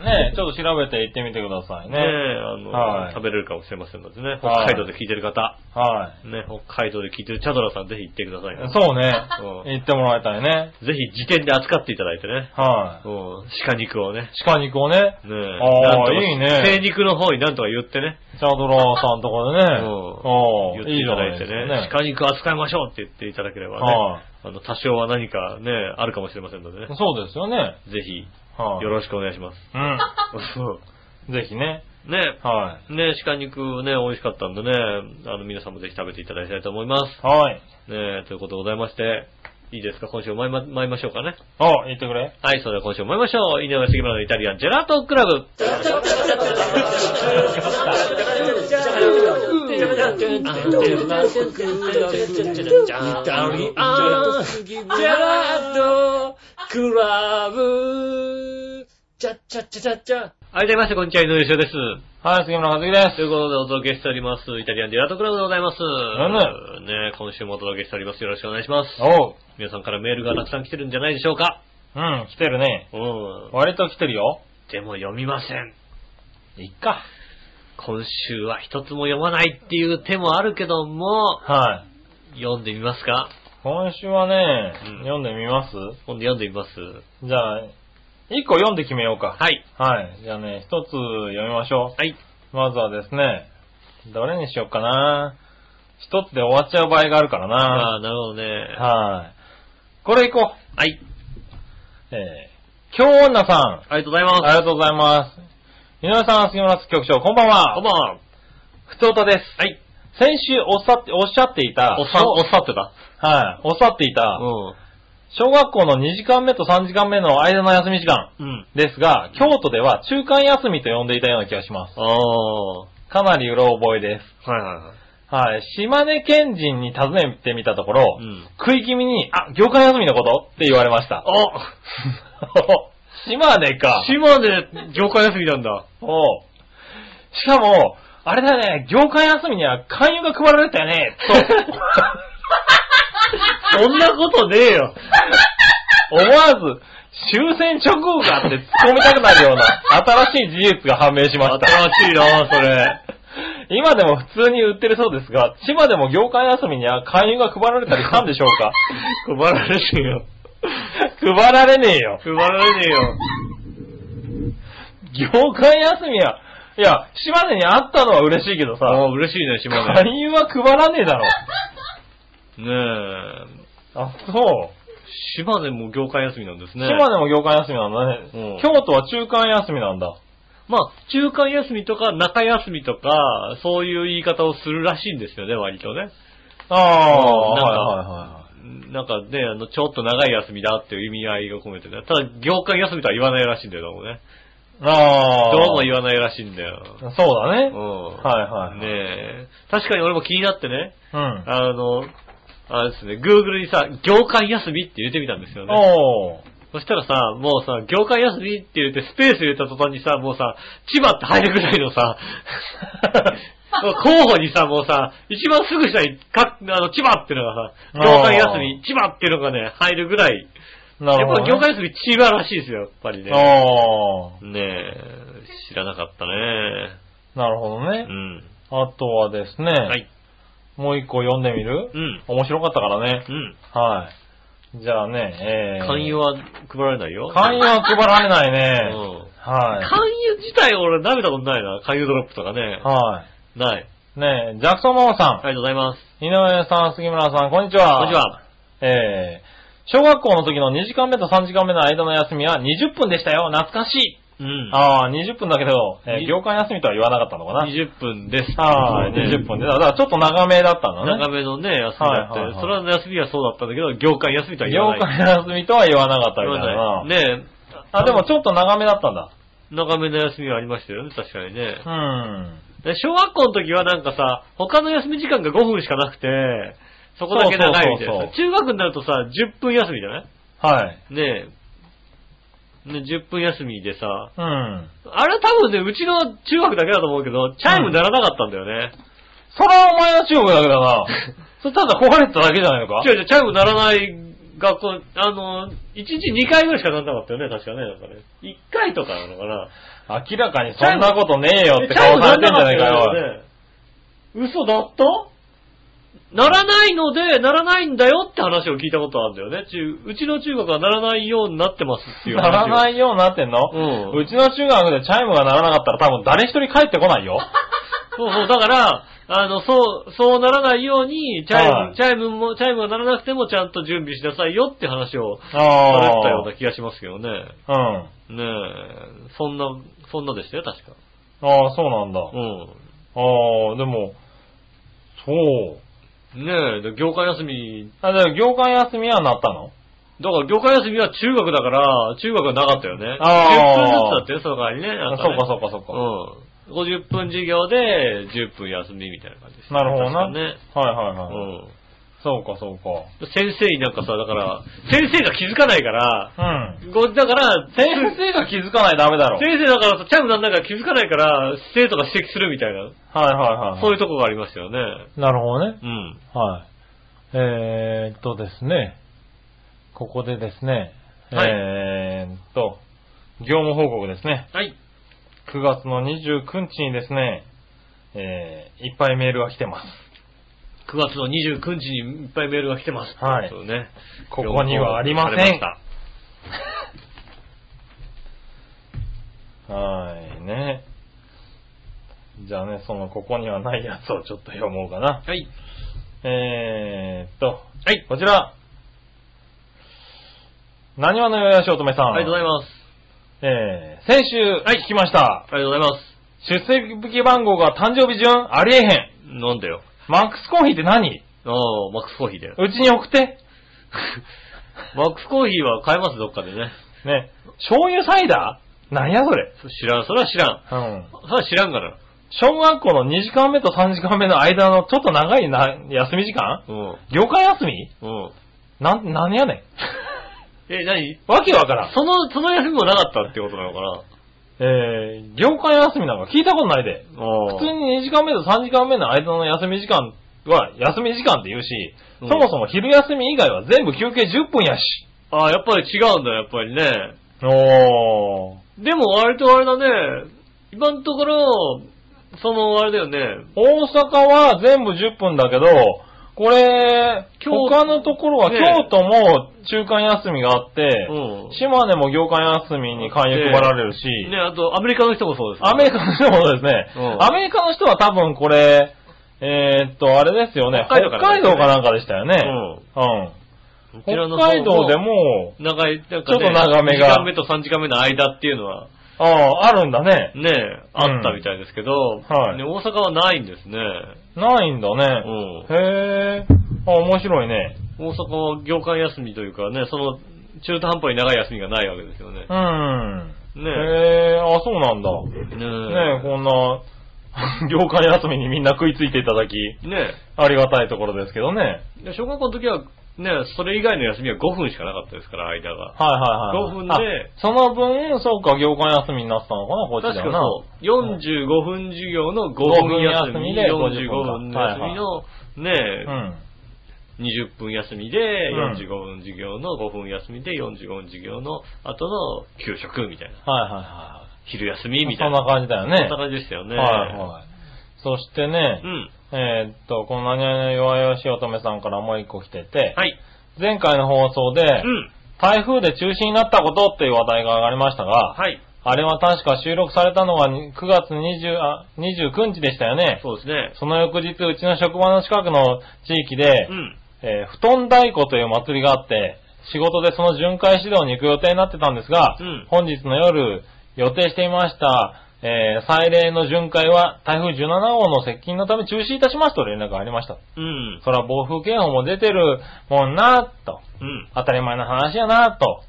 ねえ、ちょっと調べて行ってみてくださいねね。あの、はい食べれるかもしれませんのでね。北はい海道で聞いてる方、はね、北海道で聞いてるチャドラさん、ぜひ行ってくださいね、い。そうね。うん行ってもらいたいね。ぜひ辞典で扱っていただいてね。はうん、鹿肉をね。い。鹿肉をね、ねえああなんとかいいね精肉の方になんとか言ってね。チャドラーさんとこでね、うんお言っーていじたゃなだいてですね。か鹿肉扱いましょうって言っていただければね。はいあの、多少は何かね、あるかもしれませんのでね。ぜそうですよね。ひ、はい。よろしくお願いします。うん。ぜひね。ね。はね、鹿肉ね、美味しかったんでね、あの、皆さんもぜひ食べていただきたいと思います。い。はい。ね、ということでございまして、いいですか今週も参りま参りましょうかね。お、言ってくれ。はい、それでは今週も参りましょう。井上杉村のイタリアンジェラートクラブ。はい、どうもみなさんこんにちは、井上翔です。はい、杉村和樹です。ということでお届けしております、イタリアンジェラートクラブでございます。んね今週もお届けしております。よろしくお願いします。おう。皆さんからメールがたくさん来てるんじゃないでしょうか。うん、来てるね。うん。割と来てるよ。でも読みません。いっか。今週は一つも読まないっていう手もあるけども、はい。読んでみますか今週はね、うん読んでみます今度読んでみます。じゃあ、一個読んで決めようか。はい。はい。じゃあね、一つ読みましょはい。う。まずはですね、どれにしようかな。一つで終わっちゃう場合があるからあな。あ、なるほどね。はい。これいこはい。う。えー、京女さん。ありがとうございまありがとうございます。井上さん、杉村局長、こんばんす。は。こんばんは。ふつおたです。はい。先週おっさって、おっしゃっていた。おっさん、おっさんってた。はい。おっさっていた。う小学校の2時間目と3時間目の間の休み時間ん。うん。ですが、京都では中間休みと呼んでいたような気がします。ああ。はかなりうろ覚えです。いはいはい。はい。島根県人に尋ねてみたところ、うん食い気味に、あ、業界休みのことって言われ ました。島根かあ。島根、業界休みなんだ。おうしかも、あれだね、業界休みには勧誘が配られたよね、 そんなことねえよ。と、思わず、終戦直後かって突っ込みたくなるような新しい事実が判明しました。新しいな、それ。今でも普通に売ってるそうですが、千葉でも業界休みには勧誘が配られたりしたんでしょうか 配られねえよ。配られねえよ。配られねえよ。業界休みは、いや、島根にあったのは嬉しいけどあさ、あ、嬉しいね、島根。勧誘は配らねえだろ。ねえ。あ、そう。島根も業界休みなんですね。島根も業界休みなんだね。うん京都は中間休みなんだ。まあ、中間休みとか中休みとか、そういう言い方をするらしいんですよね、割とね。うああ、んなんかはなんかね、あの、ちょっと長い休みだっていう意味合いが込めてね。ただ、業界休みとは言わないらしいんだよ、どうもね。いはいはい。あどあ。うも言わないらしいんだよ。そうだうねん。。はいはねい。え。確かに俺も気になってね、うん。あの、あれですね、Google にさ、業界休みって入れてみたんですよね。おー。そしたらさ、もうさ、業界休みって言ってスペース入れた途端にさ、もうさ、千葉って入るぐらいの さ、もう候補にさ、もうさ、一番すぐ下にか、あの、千葉ってのがさ、あー業界休み、千葉っていうのがね、入るぐらい。なるほど、ね。やっぱ業界休み千葉らしいですよ、やっぱりね。あねえ、知らなかったね。あ。なるほどうね。ん。あとはですね。はい。もう一個読んでみるうん。面白かったからね。うん。はい。じゃあね、えー。勧誘は配られないよ。勧誘は配られないね。うん。は勧誘自体俺舐めたことないな。勧誘ドロップとかねい。。はない。い。ねえ、ジャクソンママさん、ありがとうございます。井上さん、杉村さん、こんにちは。こんにち。は。えー、小学校の時の2時間目と3時間目の間の休みは20分でしたよ。懐かしい。うん。ああ、20分だけど、えーに業界休みとは言わなかったのかな。 20分です。はい、ね20分で。だからちょっと長めだったんだ長ね。めのね、休みだって、はいはいはいそれは休みはそうだったんだけど、業界休みとは言わ業ない。界休みとは言わなかったみたい言わな。ない。ねえ。あ、でもちょっと長めだったんだ。長めの休みはありましたよね、確かにねう。ん。で小学校の時はなんかさ、他の休み時間が5分しかなくて、そこだけ長いみたいそうそうなそうさ。中学になるとさ、10分休みじゃないはい。ねえ。ね、10分休みでさ、うん。あれ多分ね、うちの中学だけだと思うけど、チャイム鳴らなかったんだよね。それはお前の中国だけだ な。それただ壊れてただけじゃないのか違う違う、チャイム鳴らない学校、あの、1日2回ぐらいしかならなかったよね、確かね。なんかね。1回とかなのかな。明らかにそんなことねえよっチてャイ顔ムさ鳴られてんなじゃかっなたいかよ。よね。嘘だったならないので、ならないんだよって話を聞いたことあるんだよね。中うちの中学はならないようになってますっていう。ならないいようになってんの、うんちの中学でチャイムが鳴らなかったら多分誰一人帰って こないよ。そうそう、だから、あの、そう、そうならないように、チャイム、はいチャイムも、チャイムが鳴らなくてもちゃんと準備しなさいよって話をあされあてたような気がしますけどね。うん。あねえ、そんな、そんなでしたよ、確か。あ、そうなんだ。あうあ、でも、そう。ん。ねえ、で業界休み、あ、じゃあ業界休みはなったのだから業界休みは中学だから、中学はなかったよね。あー10分ずつだったよ、その代わりね。あなんそうかかねそうかそうか。う。ん。50分授業で、10分休みみたいな感じです、なるほどな。確かね。はいはいはい。うそうかそうか。ん。先生になんかさ、だから、先生が気づかないから、うん。ごだから、先生が気づかないダメだろ。はい先生だからさ、チャイムなんだから気づかないから、生徒が指摘するみたいな、はいはい。そういうとこがありましたよね。なるほどね。うん。はい。えー、っとですね、ここでですね、はいえー、っと、業務報告ですね。はい。 9月の29日にですね、えー、いっぱいメールが来てます。 9月の29日にいっぱいメールが来てます。はいそうね。ここにはありませんされしたはい、ね。じゃあね、その、ここにはないやつをちょっと読もうかな。はい。えー、っと、はい。こちら。何話のよやしおとめさん。ありがとうございます。えー、先週、聞きましあた。りがとうございま出席番号が誕生日順ありえへん。す。なんだよ。マックスコーヒーって何ああ、マックスコーヒーだよ。うちに送って。マックスコーヒーは買えます、どっかでね。ね。醤油サイダー何やそれ。そ知らん、それは知らん。うん。それは知らんがな。小学校の2時間目と3時間目の間のちょっと長いな休み時間うん。業界休みうん。なん、何やねん。 え、何わけわからん。その、その休みもなかったってことなのかなえー、業界休みなんか聞いたことないで。あ普通に2時間目と3時間目の間の休み時間は休み時間って言うし、そもそも昼休み以外は全部休憩10分やし。ああ、やっぱり違うんだ、やっぱりね。おー。でも割とあれだね、今のところ、そのあれだよね、大阪は全部10分だけど、これ、京都他のところはね京都も中間休みがあって、うん島根も業界休みに勧誘配られるし、ね、あとアメリカの人もそうです、アメリカの人もですね、うんアメリカの人は多分これ、えーっと、あれですよね、北北海道からね海道かなんかでしたよね。うん。うんこち北らの海道で方のも、長い、なんか、ね、ちょっと長めが2時間目と3時間目の間っていうのは、ああ、あるんだね。ね、あったみたいですけど、はいね、大阪はないんですね。ないんだうね。ん。へえ、あ、面白いね。大阪は業界休みというかね、その、中途半端に長い休みがないわけですよね。うん。ねへえ、あ、そうなんだ。ねねえ、こんな、 業界休みにみんな食いついていただき、え。ねありがたいところですけどね。はいえ。で小学校の時は、ね、それ以外の休みは5分しかなかったですから、間が。はいはい。 5分であその分、そうか、業界休みになってたのかな、こっち確でかはな。そう。45分授業の5分休み、 5分休みで45分休みの、ねえ、うん。 20分休みで、うん45分授業の5分休みで、45分授業の後の給食みたいな。はいはいは昼休い。みみたいそんな。な感じだよそんねな。感じでしたよね。はいはい。そしてね、うん。えーっと、この何々弱々しい乙女さんからもう一個来てて、はい。前回の放送で、うん。台風で中止になったことっていう話題が上がりましたが、はい。あれは確か収録されたのがに9月20あ29日でしたよね。そうですね。その翌日、うちの職場の近くの地域で、うん。えー布団太鼓という祭りがあって、仕事でその巡回指導に行く予定になってたんですが、うん本日の夜、予定していました、えー、祭礼の巡回は台風17号の接近のため中止いたしますと連絡がありました。うん。そら暴風警報も出てるもんな、と。うん。当たり前の話やな、と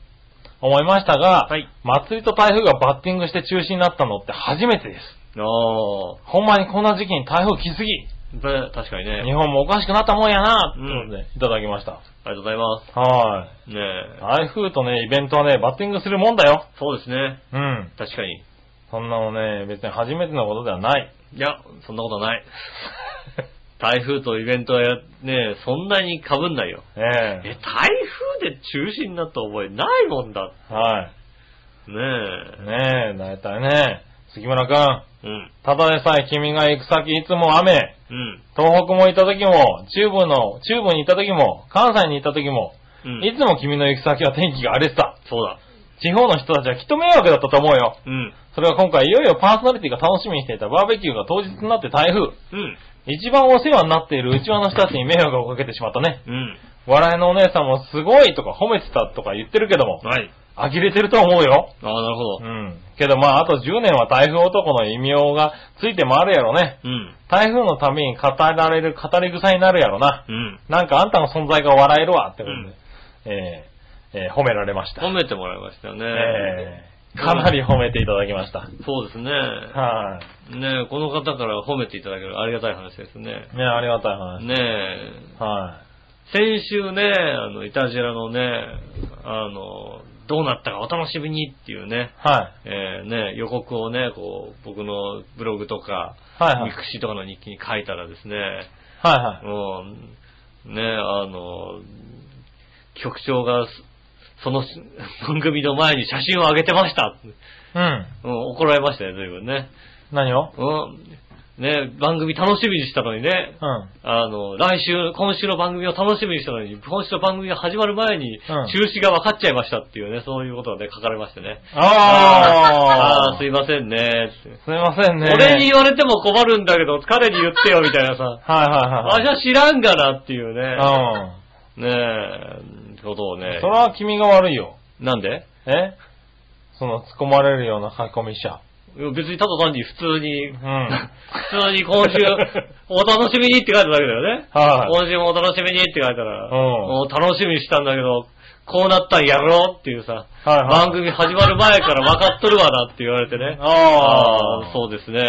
思いましたが、はい祭りと台風がバッティングして中止になったのって初めてであす。ほんまにこんな時期に台風来すぎ。あ、だ確かにね。あ日本もおかしくなったもんやな、とうんいうことでいただきました。りがとうございまはい。す。ねえ。台風とね、イベントはね、バッティングするもんだよ。そうですね。うん。確かに。そんなのね、別に初めてのことでは ない。いや、そんなことはない。台風とイベントはや、ねえ、そんなに被んないよ。ええ、台風で中止になった覚えないもんだ。ねえはえい。。ねえ、だいたいね、杉村くん、うん。ただでさえ君が行く先いつも雨、うん。東北も行った時も、中部の、中部に行った時も、関西に行った時も、うん。いつも君の行く先は天気が荒れてた。そうだ。地方の人たちはきっと迷惑だったと思うよ。うん。それは今回いよいよパーソナリティが楽しみにしていたバーベキューが当日になって台風。うん。一番お世話になっている内輪の人たちに迷惑をかけてしまったね。うん。笑いのお姉さんもすごいとか褒めてたとか言ってるけども、はい。呆れてると思うよ。ああ、なるほどう。ん。けどまああと10年は台風男の異名がついて回るやろね。うん。台風のために語られる語り草になるやろな。うん。なんかあんたの存在が笑えるわってことで、えーえー褒められました。褒めてもらいましたよね。えーかなり褒めていただきました。そうですね。はい、ねえ、この方から褒めていただけるありがたい話ですね。ねありがたい話。ねえ、は先週ね、あの、イタジェラのね、あの、どうなったかお楽しみにっていうね、い。はい。えーね、予告をね、こう、僕のブログとか、はいはいミクシーとかの日記に書いたらですね、はいはい。もう、ね、あの、局長がす、その番組の前に写真を上げてました。うん。うん、怒られましたね、随分ね。何をうん。ね、番組楽しみにしたのにね、うん。あの、来週、今週の番組を楽しみにしたのに、今週の番組が始まる前に、ん中止が分かっちゃいましたっていうね、そういうことがね、書かれましてね。ああーーすいませんねって。すいませんね。俺に言われても困るんだけど、彼に言ってよ、みたいなさ。はいはいはい私は知らんがなっていうね、はい。ねえ、ことをうねん。。それは君が悪いよ。なんでえその突っ込まれるような書き込みしちゃ。いや別にただ単に普通に、うん。 普通に今 週、お楽しみにって書いただけだよね。はい。今週もお楽しみにって書いたら、うんもう楽しみにしたんだけど、こうなったんやろうっていうさ、はいはい番組始まる前から分かっとるわなって言われてね。あーーそうですね。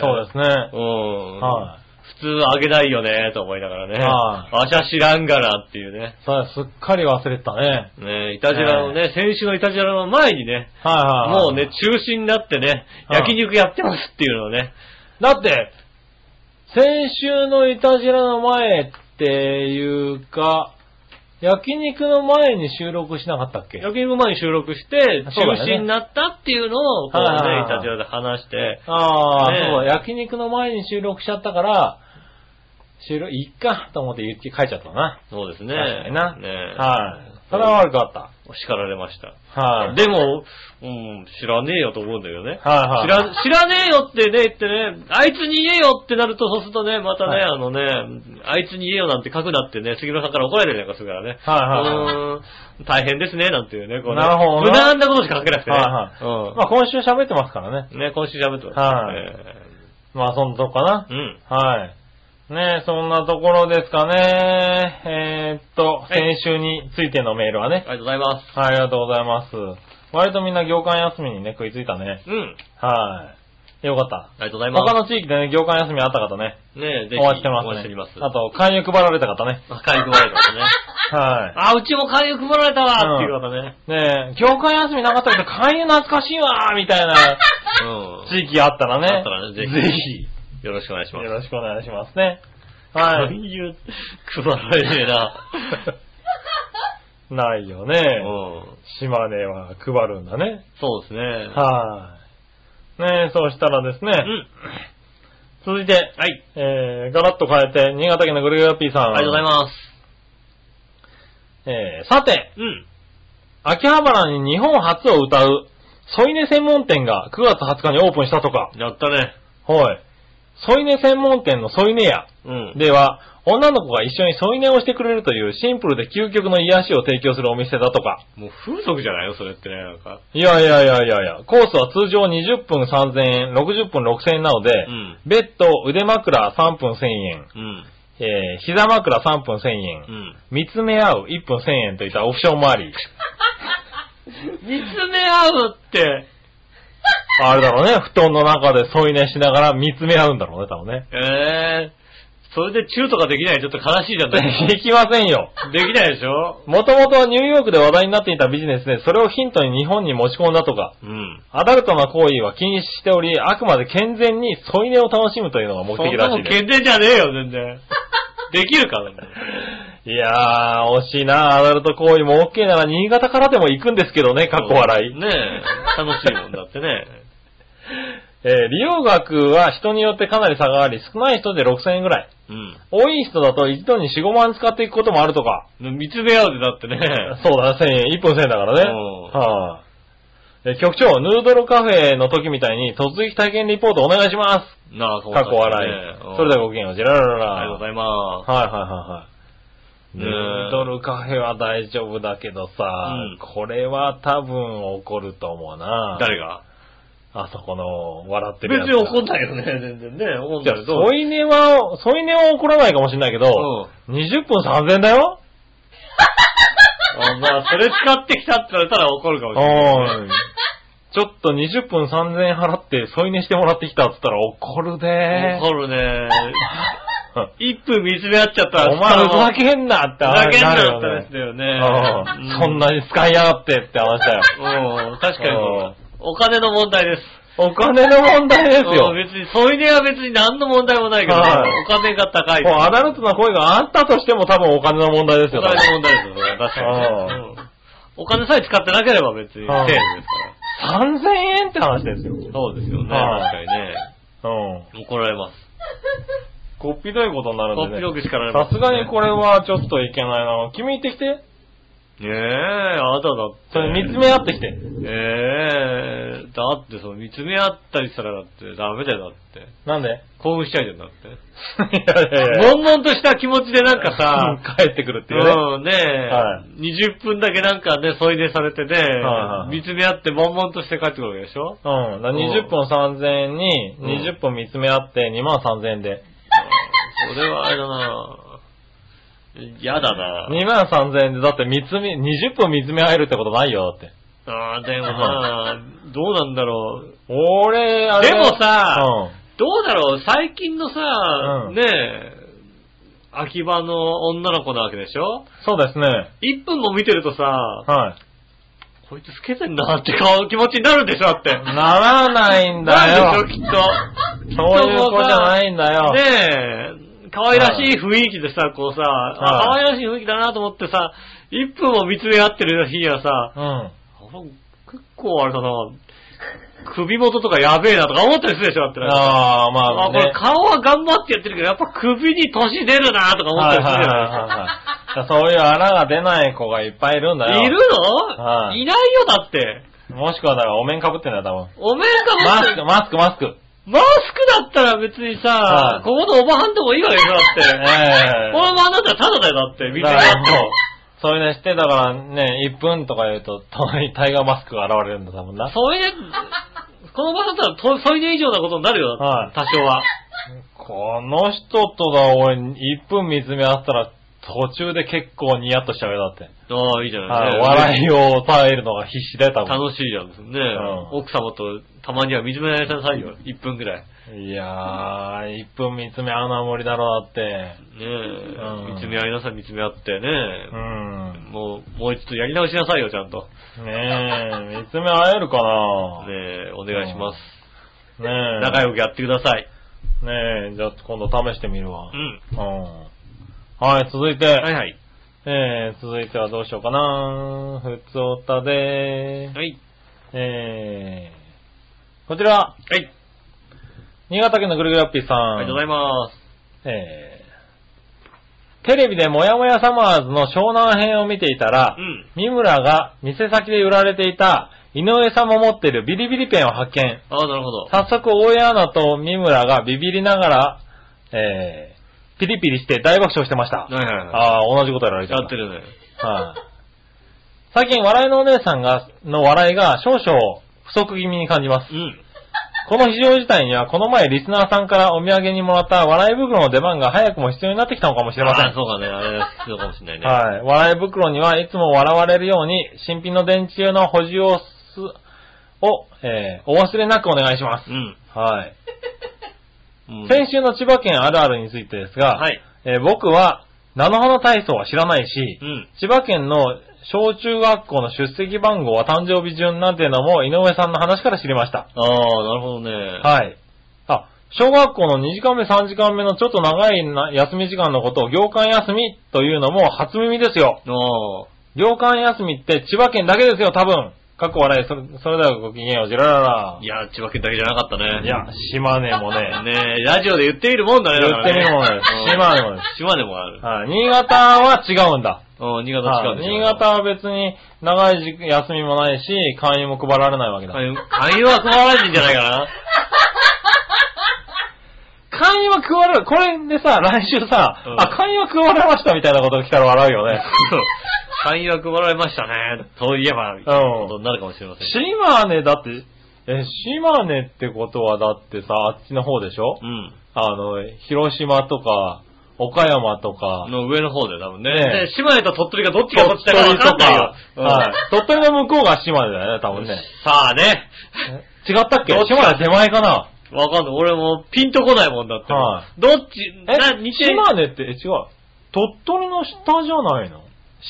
そうですね。うん。は普通あげないよね、と思いながらね。はあしゃ知らんがなっていうね。い。それすっかり忘れてたね。ねイタジラのね、先週のイタジラの前にね、はいはいはい。もうね、。中止になってね、はい焼肉やってますっていうのをね。だって、先週のいたじらの前っていうか、焼肉の前に収録しなかったっけ焼肉前に収録して、そうだ中よね止になったっていうのを、こうはいはいね、はイいタジラで話して、ああ、ねえそう、焼肉の前に収録しちゃったから、収録、いっかと思って言って書いちゃったな。そうですね。確かになねはい。それは悪かった。叱られました。はい。でも、うん、知らねえよと思うんだけどね。はいはい。知ら、知らねえよってね、言ってね、あいつに言えよってなると、そうするとね、またね、はいあのね、あいつに言えよなんて書くなってね、杉村さんから怒られるなんかするからね。はいはいはいうーん、大変ですね、なんていうね、こうねなるほど無な難なことしか書けなくてね。はいまあ今週喋ってますからね。うん。ね、今週喋ってますね。はいまあそんなとこかなえー。うん。はい。ねえ、そんなところですかね。えーっと、い先週についてのメールはありね。がとうございます。はい、ありがとうございます。割とみんな業間休みにね、食いついたね。うん。はい。よかった。ありがとうございます。他の地域でね、業間休みあった方ね。ねぜひ、お会いしてますね。お会いしております。あ、と、勧誘配られた方ね。会議配られ たね。はい。あ、うちも勧誘配られたわっていう方ね。ねえ、業界休みなかったけど、勧誘懐かしいわーみたいなうん。地域があったらね。あったらねぜひぜよろしくお願いしひ。ます。よろしくお願いしますね。は 勧い。誘配られねえな。ないよ うね。ん。島根は配るんだね。そうですね。はい。ねえ、そうしたらですね。うん。続いて、はい。えー、ガラッと変えて、新潟県のグルーピーさん。ありがとうございます。す。えー、さて、うん。秋葉原に日本初を歌う、添い寝専門店が9月20日にオープンしたとか。やったね。はい。添い寝専門店の添い寝屋うん。では、女の子が一緒に添い寝をしてくれるというシンプルで究極の癒しを提供するお店だとか。もう風俗じゃないよ、それってね、なんか。いやいやいやいやいや、コースは通常20分3000円、60分6000円なので、うん。ベッド、腕枕3分1000円、うん。えー、膝枕3分1000円、うん。見つめ合う1分1000円といったオプションもあり、見つめ合うって、あれだろうね、布団の中で添い寝しながら見つめ合うんだろうね、多 分ね。ええそれでチューとかできないちょっと悲しいじゃない できませんよ。できないでしょもともとはニューヨークで話題になっていたビジネスで、それをヒントに日本に持ち込んだとか、うん。アダルトな行為は禁止しており、あくまで健全に添い寝を楽しむというのが目そん的ならもしんいです。決定じゃねえよ、全 然。できるからね。いやー、惜しいな、アダルト行為も OK なら新潟からでも行くんですけどね、かっこ笑い。ねえ。楽しいもんだってね。えー利用額は人によってかなり差があり、少ない人で6000円ぐらい。うん。多い人だと一度に4、5万使っていくこともあるとか。見つめ合うでだってね。そう だね、1000円、1分1000円だからね。うんはあ、えー局長、ヌードルカフェの時みたいに突撃体験リポートお願いしまなあ、そす。うかだねっこ笑うんい。それではごきげんよう、じらららら。ありがとうございます。はいはいはいはい。ねヌえードルカフェは大丈夫だけどさ、うんこれは多分怒ると思うな。誰があそこの、笑って別るにやつが。怒んないよね、全然ね。怒んじなゃい。どう添い寝は、添い寝は怒らないかもしれないけど、20分3000円だよあまあ、それ使ってきたって言われたら怒るかもしれない、うんちょっと20分3000円払って添い寝してもらってきたって言ったら怒るで怒るね。 一分見つめ合っちゃったら、お前ふざふけんなってざ話けにんななるよよって話ね。だよねうん。そんな。なに使いやがってって話だよ。うん、確かにそうお金の問題です。お金の問題ですよ。うん別に、添い寝は別に何の問題もないけど、はいお金が高い。もうアダルトな声があったとしても多分お金の問題ですおよ。金の問題ですよ、それは確かにね。うんお金さえ使ってなければ別に、セーはいフですから。 3000円って話ですよ。そうですよね、はい確かにね。うん。怒られます。こっぴどいことになるんでね。こっぴどく叱られまさすねすがにこれはちょっといけないな。君行ってきて。ねえ、あなただって。それ見つめ合ってきて。ええだってその見つめ合ったりしたらだってダメだよだって。なんでい興奮しちゃうじゃんだって。やいやいや。悶々とした気持ちでなんか さ、帰ってくるっていうね。うんねえ、は20分だけなんかね、添い寝されてね、はいはい見つめ合って悶々として帰ってくるわけでしょうん。だから20分3000円に、うん20分見つめ合って2万3000円で。それはあれだな嫌だな2万3000円で、だって見つめ、20分見つめ合えるってことないよ、だって。あーでもなどうなんだろう。俺、あれ。でもさうん。どうだろう最近のさ、うんねえ、秋葉の女の子なわけでしょそうですね。 1分も見てるとさ、はい。こいつ老けてんなって顔、気持ちになるでしょだって。なならないんだるよで。しょ、きっと。きっとこそういう子じゃないんだよ。ねえ、可愛らしい雰囲気でさ、こうさ、あ可は愛らしい雰囲気だなと思ってさ、1分も見つめ合ってる日にはさ、うん。あ結構あれだな、首元とかやべえなとか思ったりするでしょだってなんかああ、まあ、あ、これ顔は頑張ってやってるけど、やっぱ首に年出るなとか思っはいたはりすいはいるじゃないはいはい。 そういう穴が出ない子がいっぱいいるんだよ。いるのはいいないよ、だって。もしくはだからお面かぶってんだよ、多 分。おめえがママススク、ク、マスク、マスク。マスクだったら別にはさい、ここのおばはんとこいいわけでしょ、だって。ええこのままだったらただだよ、だって。見てだやからっもうてそういうのして、だからね、1分とか言うと、遠いタイガーマスクが現れるんだ、多分な。それで、この場だったらと、それで以上なことになるよ、はい多少は。この人とだ、俺、1分見つめ合ったら、途中で結構ニヤッとしちゃうよ、だって。ああ、いいじゃないはい、ね笑いを抑えるのが必死で、多分。楽しいじゃんですね。ん奥様とたまには認められなさいよ、1分くらい。いやー、1分見つめ合うのは無理だろう、だって。ねえ、うん見つめ合いなさい、見つめ合ってね。うん。もう、もう一度やり直しなさいよ、ちゃんと。ね え、見つめ合えるかねなえ、お願いします。ねえ。仲良くやってください。ねえ、じゃあ今度試してみるわう。ん。うん。はい、続いて。はいはい。えー、続いてはどうしようかなふつおたでーす。はい。えー、こちら、はい。新潟県のぐるぐるよっぴーさん。ありがとうございます。えー、テレビでもやもやサマーズの湘南編を見ていたら、うん。三村が店先で売られていた井上さんも持ってるビリビリペンを発見。ああ、なるほど。早速、大江アナと三村がビビりながら、えー、ピリピリして大爆笑してました。はいはいはいああ、同じことやられちゃやった。ってるね。はい、最近、笑いのお姉さんが、の笑いが少々不足気味に感じますう。ん。この非常事態には、この前リスナーさんからお土産にもらった笑い袋の出番が早くも必要になってきたのかもしれませああ、ん。そうかね。あれは必要かもしれないね。はい。笑い袋にはいつも笑われるように、新品の電池の補充をす、を、えーお忘れなくお願いしうまん。す。はい。うん。先週の千葉県あるあるについてですが、はい。えー僕は、菜の花体操は知らないし、うん。千葉県の小中学校の出席番号は誕生日順なんていうのも井上さんの話から知りました。ああ、なるほどね。ははい。あ、小学校の2時間目3時間目のちょっと長いな休み時間のことを行間休みというのも初耳ですよ。い。ああ。行間休みって千葉県だけですよ、多分。過去笑い、それそれではごきげんよう、じららら。いや、千葉県だけじゃなかったね。いや、島根もね。ねえ、ラジオで言ってみるもんだね、だからね言ってみるもんだよう島根もです島根もある。はい新潟は違うんだ。うん、新潟近はいいでしょ新潟は別に長い時休みもないし、会員も配られないわけだ。勧誘勧誘は困らないんじゃないかな。会員は配られる。これでさ、来週さ、うんあ、会員は配られましたみたいなことが来たら笑うよね。勧誘は配られましたね。といえば、みたいなことになるかもしれません。島根だって、え、島根ってことはだってさ、あっちの方でしょうん。あの、広島とか、岡山とか、の上の方で多分ね。ねえで、島根と鳥取がどっちがど鳥っちだか分取かとんないよか。、はい鳥取の向こうが島根だよね、多分ね。さあね。違ったっけどっちか島根手前かなわかんない。俺もピンとこないもんだって。はどっち、な、え似、て島根って、え、違う。鳥取の下じゃないの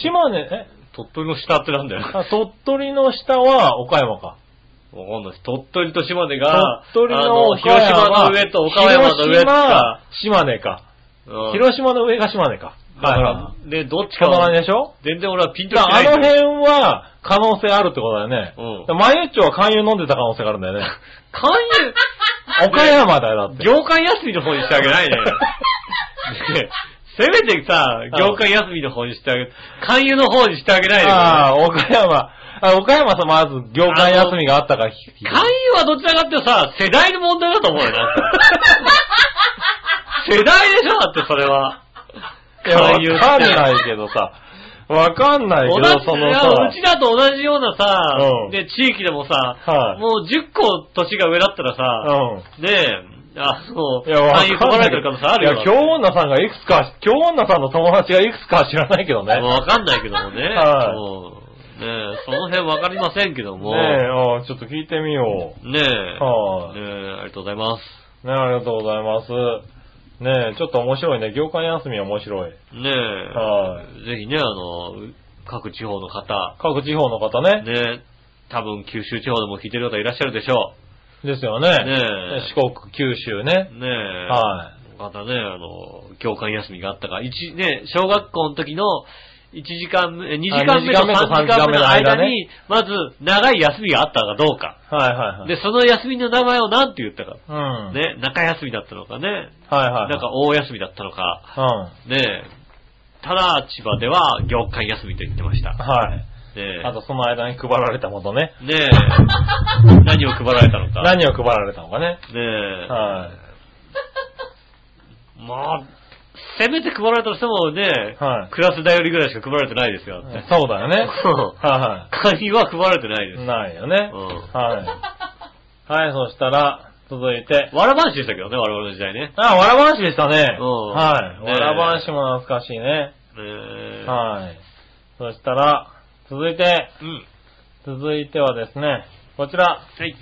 島根、え鳥取の下って なんだよ。わかあ鳥取の下は岡山か。んない。鳥取と島根が、鳥取あの岡広山島はの上と岡山の上とか、広島、島根か。うん広島の上が島根か。だかはらい。、ね、どっちかこのは辺でしょ全然俺はピンとだきかてないんらあのだよ。辺は可能性あるってことだよね。うんだから前っちょは勧誘飲んでた可能性があるん だよね。勧岡山だよ、だっ誘、て。業界休みの方にしてあげ ないね。ねせめてさ、業界休みの方にしてあげ、勧誘の方にしてあげないでくださいああ、岡山。あ岡山さ、まず、業界休みがあったから聞き勧誘はどちらかっていうとさ、世代の問題だと思うよ、なん か世代でしょだってそれは。いや勧誘ってわかんないけどさ。わかんない同けじど、そいのやさ。うちだと同じようなさ、うんね、地域でもさ、はいもう10個年が上だったらさ、うねえ、あの、ん。いや、わか勧ん誘なられいてる可能性あるよ。いや、京女さんがいくつか、京女さんの友達がいくつかは知らないけどね。ねわかんないけどもね。はいそうねえ、その辺わかりませんけどえ、も。ああちょっと聞いてみよう。ねえ。はねえ、いありがとうございます。ねえ、ありがとうございます。ねえ、ちょっと面白いね。業界休みは面白い。ねえ。はぜひね、あの、各地方の方、各地方の方ね。ねえ、多分九州地方でも聞いてる方いらっしゃるでしょですよね。ねえ四国、九州ねう。。ねえ。はまたね、あの、教官休みがあったか、一、ね、小学校の時の、1時間目、2時間目と二時間目と3時間目の三時間目の間間にね、まず、長い休みがあったかどうか。い。はいはいはい。で、その休みの名前を何て言ったか。うん。ね、中休みだったのかね、はいはいはい。なんか大休みだったのか、うん。ねえ、ただ千葉では業界休みと言ってました。ねはい。え、あとその間に配られたものね。ねえ、 何を配られたのか。ね何を配られたのかね。え、はまあ、せめて配られたとしてもね、はいクラスだよりぐらいしか配られてないですよ、だって。い。そうだよね。そうは鍵は配られてないいではす。い。ないよね。うんはい。はい、そしたら、続いて。わらばんしでしたけどね、我々の時代ね。あ、わらばんしでしたね。うんはい。ねわらばんしも懐かしいね。ねえはい。そしたら、続いて、うん。続いてはですね、こちら、はい。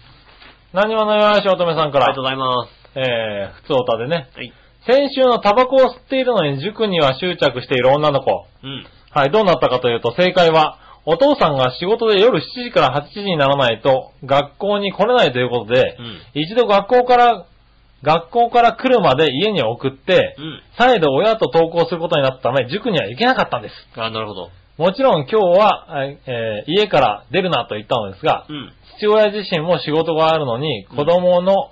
何話のよしおとめさんかありがらとう、ございまえー、ふつおたでね、す。はい。先週のタバコを吸っているのに塾には執着している女の子。うん。はい、どうなったかというと、正解は、お父さんが仕事で夜7時から8時にならないと、学校に来れないということで、うん一度学校から、学校から来るまで家に送って、うん。再度親と登校することになったため、塾には行けなかったんです。あ、なるほど。もちろん今日は、はいえー家から出るなと言ったのですが、うん。父親自身も仕事があるのに、子供の、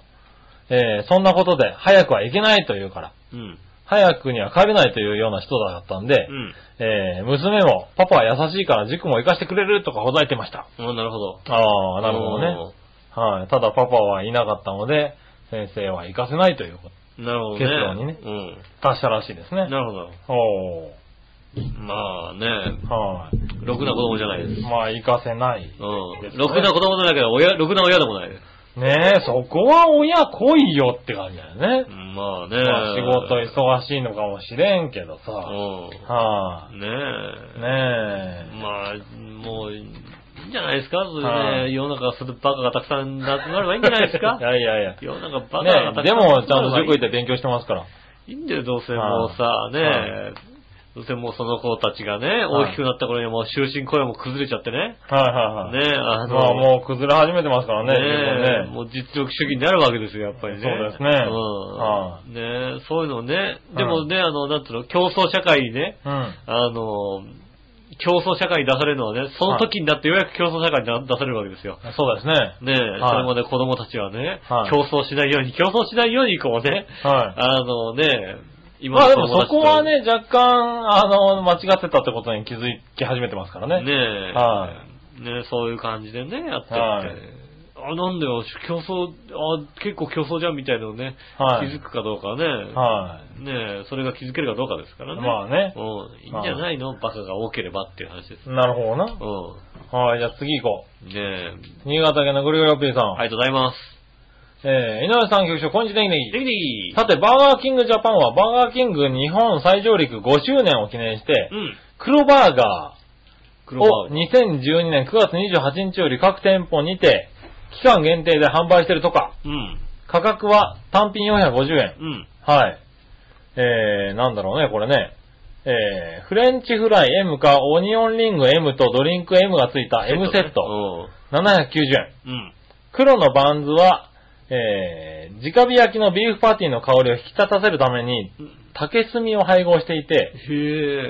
えーそんなことで早くは行けないと言うから、うん。早くには帰れないというような人だったんで、うん。えー娘も、パパは優しいから塾も行かせてくれるとかほざいてました。あなるほど。ああ、なるほどね。はい。ただパパはいなかったので、先生は行かせないというこうん。なるほどね。結論にねうん。と、達したらしいですね。なるほど。おまあね、ー。はい。ろくな子供じゃないです。まあ、行かせない。うん。ろくな子供じゃないけど、親、ろくな親でもないです。ねえ、そこは親来いよって感じだよね。まあね。まあ仕事忙しいのかもしれんけどさ。はうい、ん。ねえ。ねえ。まあ、もう、いいんじゃないですかそれはで、い世の中するバカがたくさんなくなればいいんじゃないですか いやいやいや。ね世の中バカがたくさんえでも、ちゃんと塾行っいて勉強してますから。いいんだよ、どうせもうさ、はねどうせもうその子たちがね、はい大きくなった頃にはもう終身雇用も崩れちゃってね。はいはいはい。ねえ、あの、まあもう崩れ始めてますからね、ねえ十分ね。もう実力主義になるわけですよ、やっぱりね。そうですねはうん。ねえそういうのね、でもね、あの、なんつうの、競争社会にね、うん。あの、競争社会に出されるのはね、その時になってようやく競争社会にな出されるわけですよ。そうですね。ねえ、いそれまで子供たちはね、はい競争しないように、競争しないようにこうね、はい。あのね、まあでものそこは、ね、若干、あの、間違ってたってことに気づき始めてますからね。ねえ、はねえそういう感じでね、やってって。はいあ、なんだよ、競争、あ、結構競争じゃんみたいなのね、はい気づくかどうかはね、はい。ねえ、それが気づけるかどうかですからね。まあねうん、いいんじゃないの、バカが多ければっていう話です。なるほどな。うはい、じゃあ次行こん。ねえ、う。新潟県のぐるぐるおっぴーさん。ありがとうございます。えー、井上さん局長、こんにちは、ネギネギできできさて、バーガーキングジャパンは、バーガーキング日本最上陸5周年を記念してう、ん。黒バーガー黒をバーガー2012年9月28日より各店舗にて、期間限定で販売してるとか、うん。価格は単品450円。うん。はい。えー、なんだろうね、これね。えー、フレンチフライ M かオニオンリング M とドリンク M がついた M セット、ト790円。ね。うん。黒のバンズは、えー、直火焼きのビーフパティの香りを引き立たせるためにうん、竹炭を配合していて、へ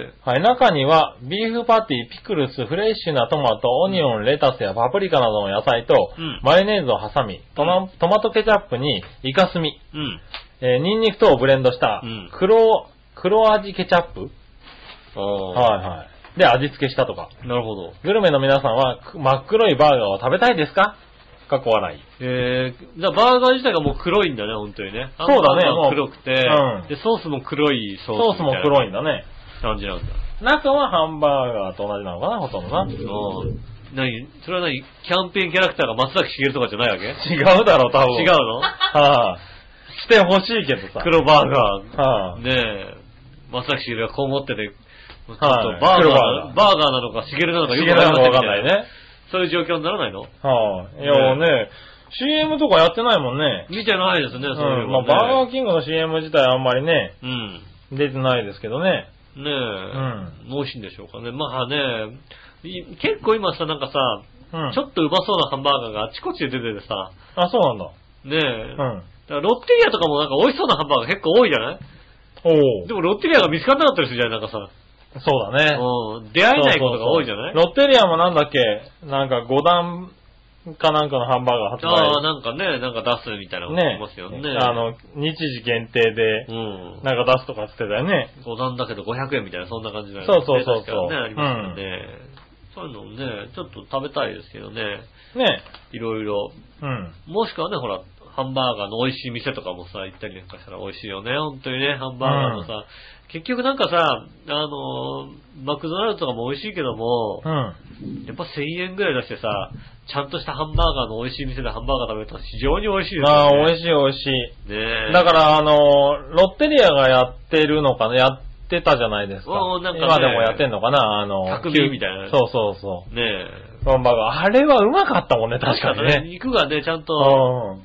え。はい、中には、ビーフパティ、ピクルス、フレッシュなトマト、オニオン、レタスやパプリカなどの野菜と、うんマヨネーズを挟み、トマトマトケチャップにイカスミ、うん。えー、ニンニク等をブレンドしたうん、黒、黒味ケチャップ、あはいあ。はい。で、味付けしたとか。なるほど。グルメの皆さんは、く真っ黒いバーガーを食べたいですかかっこ笑い。えー、じゃあバーガー自体がもう黒いんだね、本当にね。そうだねあんまもう黒くて、うんで、ソースも黒いソース。ソースも黒いいんだね。感じなんだ。中はハンバーガーと同じなのかな、ほとんどな。違うん。何それは何キャンペーンキャラクターが松崎しげるとかじゃないわけうだろ、多分。違う。 のはあ、してほしいけどさ。黒バーガー。はあ、ねえ、松崎しげるがこう持ってて、ちょっとはいバー黒ガー、バーガーバーガーなのかしげるなのかよ違くうのかわかんなないいね。ね。そういう状況にならないのはあ、いやねね、CM とかやってないもんね。見てないですね、そううんいうまの、あ、ねバーガーキングの CM 自体あんまりね、うん。出てないですけどね。ねえ、ん美味しいんでしょうかね。まあね、い結構今さ、なんかさ、うん。ちょっとうまそうなハンバーガーがあちこちで出ててさ、あ、そうなんだ。ねえ、だかうん。らロッテリアとかもなんか美味しそうなハンバーガー結構多いじゃないおおで。もロッテリアが見つからなかったりするじゃないなんかさ、そうだね。うん、出会えないことが多いじゃないそうそうそうロッテリアもなんだっけ、なんか5段かなんかのハンバーガー発売。ああ、なんかね、なんか出すみたいなことありねますよね。あの、日時限定でう、ん。なんか出すとかって言ってたよね。五段だけど500円みたいな、そんな感じだよね。そうそうそうそう確かね、ありますよね。そういうのもね、ちょっと食べたいですけどね。ね。いろいろ。うん。もしくはね、ほら、ハンバーガーの美味しい店とかもさ、行ったりなんかしたら美味しいよね、本当にね、ハンバーガーもさ。結局なんかさ、あのー、マクドナルドとかも美味しいけどもう、ん。やっぱ1000円ぐらい出してさ、ちゃんとしたハンバーガーの美味しい店でハンバーガー食べると非常に美味しいですああ、美し味しい美味しい。い。ねえだから、あの、ロッテリアがやってるのかな、やってたじゃないですか。うんなんかね今でもやってんのかな、あの、匠みたいなそうそうそねえ。う。ハンバーガー。あれはうまかったもんね、確かにね。肉がね、ちゃんうと、ん。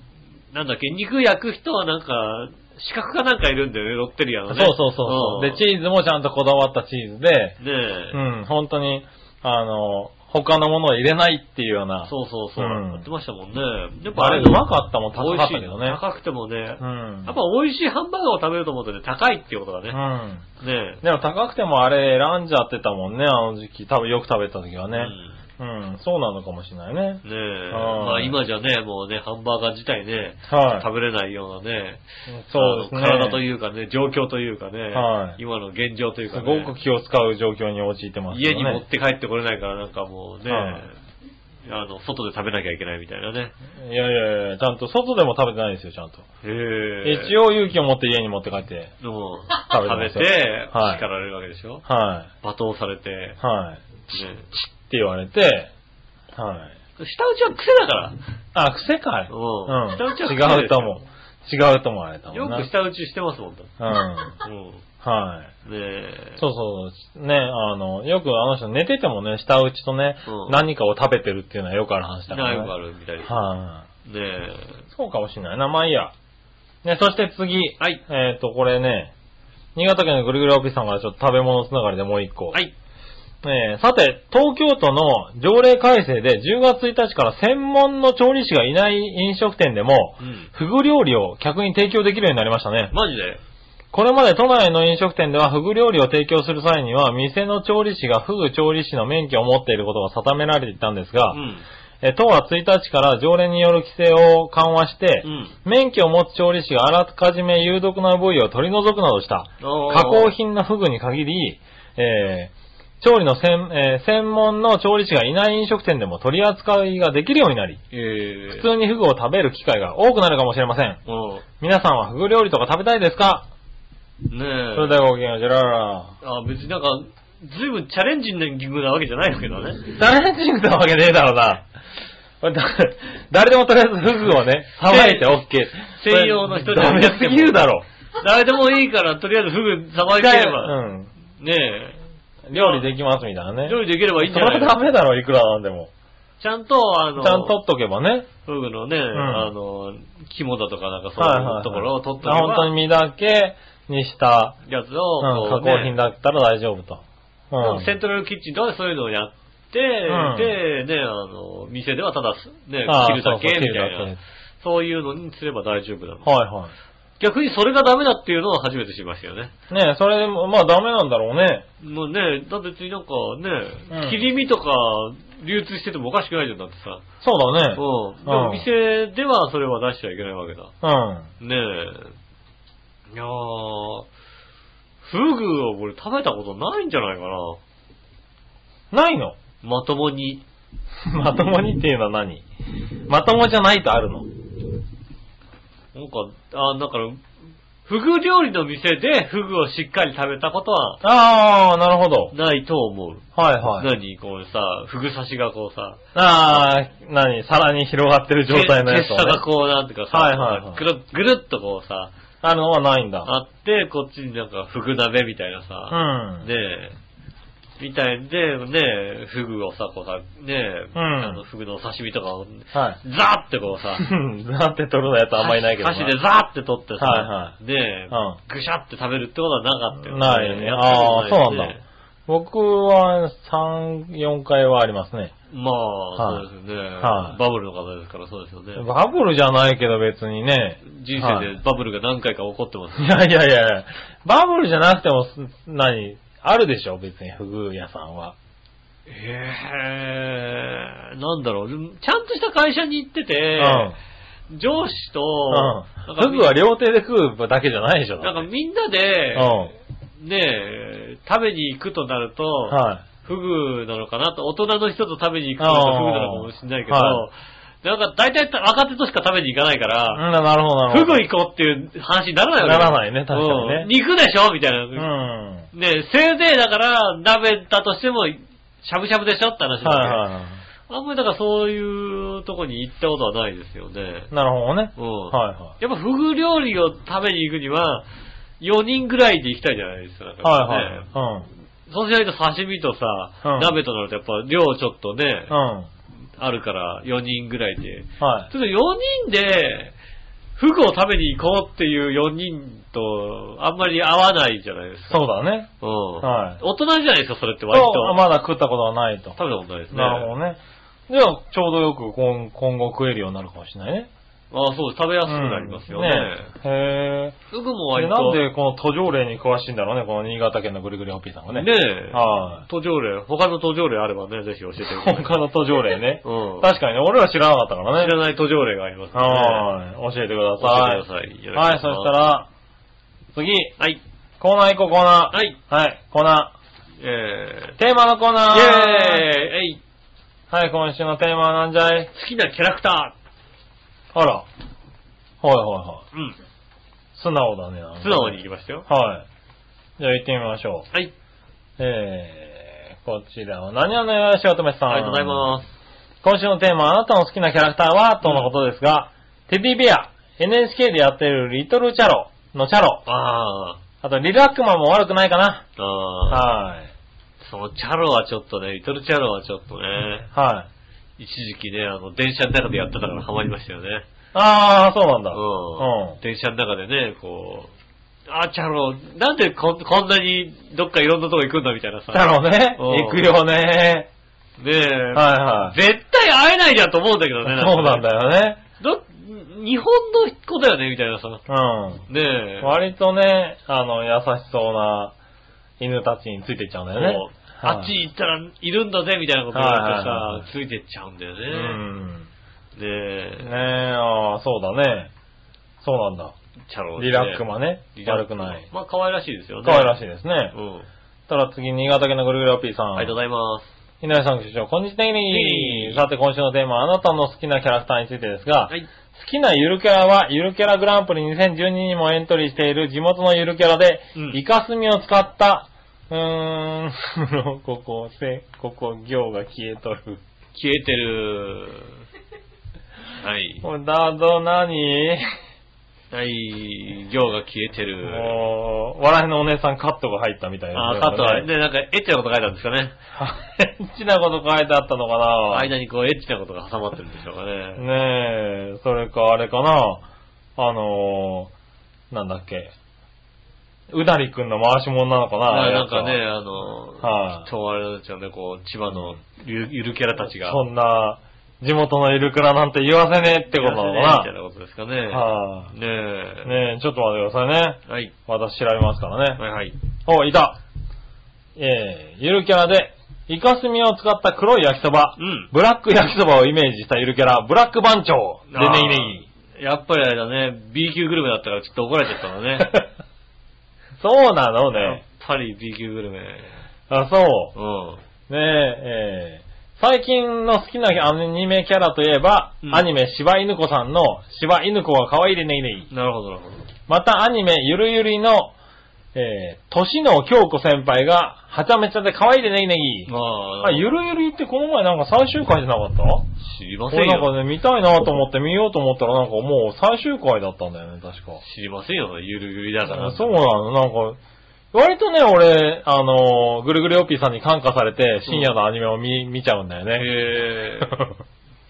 なんだっけ、肉焼く人はなんか、資格かなんかいるんだよね、ロッテリアのそうね。そうそうそう。んで、チーズもちゃんとこだわったチーズで、ねえ、うん、本当に、あの、他のものを入れないっていうような。そうそうそう、うんやってましたもんね。やっぱああれれ、うまかったもん、高かったけ美味しいどのね。高くてもね、うやっん。ぱ美味しいハンバーガーを食べようと思うとね、高いっていうことがね。うん。ねえ。でも高くてもあれ選んじゃってたもんね、あの時期。多分よく食べた時はね。うんうん、そうなのかもしれないね。ねえ。はいまあ今じゃね、もうね、ハンバーガー自体ね、はい食べれないようなね、そうであすね。の体というかね、状況というかね、はい今の現状というかすね、ごく気を使う状況に陥ってますよ家ね。に持って帰ってこれないからなんかもうね、はいあの、外で食べなきゃいけないみたいなね。いやいやいや、ちゃんと外でも食べてないですよ、ちゃんと。へえ。一応勇気を持って家に持って帰って。でも、食食べべてますて、よ叱はいられるわけでしょ、は罵倒されて、ねい。はい。って言われて、はい。舌打ちは癖だから。あ、癖かい。うんうん下打ちは癖違うと思う。違うと思われたもよんな。く舌打ちしてますもんだって。うん。うん。はい。ねえ。そうそう。ね、あの、よくあの人寝ててもね、舌打ちとね、うん何かを食べてるっていうのはよくある話だから、なね。いがあるみたいです。はねい。そうかもしれないな。まあいいや。ね、そして次。はい。えっ、と、これね、新潟県のぐるぐるおぴさんからちょっと食べ物つながりでもう一個。え。はい。えーさて、東京都の条例改正で10月1日から専門の調理師がいない飲食店でも、うん。フグ料理を客に提供できるようになりましたね。マジでこれまで都内の飲食店ではフグ料理を提供する際には、店の調理師がフグ調理師の免許を持っていることが定められていたんですが、うん。えー都は1日から条例による規制を緩和して、うん。免許を持つ調理師があらかじめ有毒な部位を取り除くなどした、加加工。品のフグに限り、えー調理の専,、えー専門の調理師がいない飲食店でも取り扱いができるようになり、ええ。普通にフグを食べる機会が多くなるかもしれません。皆さんはフグ料理とか食べたいですか、うん。ねえ。それではごきげんよう、ジェララ。あ、別になんか、ずいぶんチャレンジングなわけじゃないんだけどね。ダメージングなわけねえだろうな。 これだ誰でもとりあえずフグをね、さばいて OK。専用の人じゃダなメくてもすぎるだろ。誰でもいいから、とりあえずフグさばいて使えれば、うん。ね料理できますみたいなねえ、。料理できればいいんじゃなそいれはダメだろ、いくらなんでも。ちゃんと、あの、ちゃんと取っとけばね。フグのね、んあの、肝だとかなんかはいそういうところを取っとけはいはい本当ば、に身だけにした、やつうんを、加こうね工品だったら大丈夫と。うん。セントラルキッチンとかでそういうのをやって、うで、ね、あの、店ではただす、ねあ、あ切るだけそうみたいそう切るなだ、そういうのにすれば大丈夫なの。けはいは逆にそれがダメだっていうのを初めて知りましたよね。い。ねえそれでも、まあダメなんだろうね。もうね、だって別になんかね、うん切り身とか流通しててもおかしくないじゃんだってさ。そうだうん。ねで。も店ではそれは出しちゃいけないわけだ。うん。ねえ。いやー、フグを俺食べたことないんじゃないかな。ないの まともに。まともにっていうのは何まともじゃないとあるの。なんか、あ、だから、フグ料理の店でフグをしっかり食べたことはああ、なるほど。ないと思う。はいはい。何こうさ、フグ刺しがこうさ、ああ、何さらに広がってる状態のやつけを結ねさがこうなんていうかさ、はいはいはいぐるぐるっとこうさ、あるのはないんだ。あって、こっちになんかフグ鍋みたいなうさ、ん。ねえ、みたいで、ねえ、フグをさ、こうさ、ねえ、うんあのフグのお刺身とかを、はい。ザーってこうさ、なん て取るのやつあんまりないけどな。箸でザーって取ってさ、はいはで、うんぐしゃって食べるってことはなかったよないねやったことあーそういなんでだ僕は3、4回はありますね。まあ、はいそうですよね、はいバブルの方ですからそうですよね。バブルじゃないけど別にね。 人は生いでバブルが何回か起こってますいね。やいやいやバブルじゃなくてもす、何あるでしょ別に、フグ屋さんは。へえ、なんだろう、ちゃんとした会社に行ってて、上司と、うん。なうんん。かフみグは料亭で食うだけじゃないでしょなんだかってみんなうでん。、ねえ、食べに行くとなると、はフグなのかなと、大人の人と食べに行くとあーフグなのかもしれないけど、はなんか大体若手としか食べに行かないかい。ら、うん、なるほど、なるフほど。グ行こうっていう話にならないわけならないね確かにねうん肉でしょみたいな。うん。ねせいぜいだから鍋だとしても、しゃぶしゃぶでしょって話だはいねはいはあんまりだからそういうとこに行ったことはないですよね。い。なるほどね。うん。はいはやっぱフグ料理を食べに行くには、4人ぐらいで行きたいじゃないですか。だかい。らはねいはい。そうしないと刺身とさ、うん鍋となるとやっぱ量ちょっとね、うん。うん。あるから4人ぐらいで。はい。ちょっと4人で、フグを食べに行こうっていう4人と、あんまり合わないじゃないですか。そうだね。うん。はい大人じゃないですか、それって割と。そうまだ食ったことはない食と。べたことないですね。なるほどね。じゃあ、ちょうどよく今今後食えるようになるかもしれないね。ああ、そうです。食べやすくなりますよね。うんへえ。すぐもで割と。なんでこの途上例に詳しいんだろうね、この新潟県のぐりぐりホッピーさんがね。ねえ。は途上例、他の途上例あればね、ぜひ教えてくい。ださい。 他の途上例ね。うん。確かにね、俺は知らなかったから知ね。らない途上例がありますね。はい。教えてくだ教さい。えてください。よろはしくお願い、そししたます、ら、次、はい。コーナー行こう、コーナー。はい。はい、コーナえー。テーマのコーナー、ー。イェーイえいはい、今週のテーマはなんじゃい好きなキャラクタあら。はいはいはーうん。い。素直だね。なんか素直に。言いましたよ。はい。じゃあ行ってみましょう。はい。えー、こちらは、何をのよしおとめさん。ありがとうございます。今週のテーマは、あなたの好きなキャラクターはとのことですが、テディベア、NHK でやってるリトルチャロのチャロ、あー。あとリラックマンも悪くないかな。あーはい。そのチャロはちょっとね、リトルチャロはちょっとね、はい。一時期ね、あの、電車の中でやってたからハマりましたよね。あー、そうなんだ。うんうん電車の中でね、こう、あー、チャロ、なんでこんこんなにどっかいろんなとこ行くんだみたいなさ。チャロね。うん行くよね。ねえ、はいはい。絶対会えないじゃんと思うんだけどね。かねそうなんだよね。ど。日本の子だよね、みたいなさ。うん。ねえ。割とね、あの、優しそうな犬たちについていっちゃうんだこうよね。あっち行ったらいるんだぜ、みたいなこと言うとはいはいはいさ、ついてっちゃうんだようね。ん。ねえねえ、ああ、そうだね。そうなんだ。チャロ、リラックマね。リラッ悪クくマない。まあ、可愛らしいですよね。可愛らしい。いですねう。ん。たら次、新潟県のぐるぐるラピーさん。ありがとうございます。井上さん、局長、こんにちは。いさて、今週のテーマは、あなたの好きなキャラクターについてですが、はい。好きなゆるキャラは、ゆるキャラグランプリ2012にもエントリーしている地元のゆるキャラで、うんイカスミを使った、うーん、ここ、せ、ここ、行が消えとる。消えてる。はい。これだど、なにはい。行が消えてる。もう、笑いのお姉さんカットが入ったみたいな、あー、カットはね、なんかエッチなこと書いてあるんですかね。エッチなこと書いてあったのかな間にこう、エッチなことが挟まってるんでしょうかね。ねえ、それかあれかな、あのー、なんだっけ、うだりくんの回し者なのかな、まああれなやんつはかね、、あの、はいきっとあれですよね、こう、千葉のゆゆるキャラたちが。そんな、地元のゆるくらなんて言わせねえってことなのみたいかなことですかね。な。はねい、え。ねえ、ちょっと待ってくださいね。はい。私調べますからね。はいはい。お、いたえー、ゆるキャラで、イカスミを使った黒い焼きそば、うんブラック焼きそばをイメージしたゆるキャラ、ブラック番長でネギネギ。ギ。やっぱりあれだね、B 級グルメだったからちょっと怒られちゃったのね。 そうなのやっね。ぱり B 級グルメ。あ、そうう。ん。ねえ、えー最近の好きなアニメキャラといえば、うんアニメ柴犬子さんの柴犬子が可愛いでねいねい。なるほど、なるほど。またアニメゆるゆりの、えー、年の京子先輩がはちゃめちゃで可愛いでねいねい。まあ、あ、ゆるゆりってこの前なんか最終回じゃなかった知りませ俺んなんよ。かね、見たいなと思って見ようと思ったらなんかもう最終回だったんだよね、確か。知りませんよ、ゆるゆりだから。そうなの、なんか、割とね、俺、あのー、ぐるぐるおっぴーさんに感化されて、深夜のアニメを見、見ちゃうんだよね。へえ。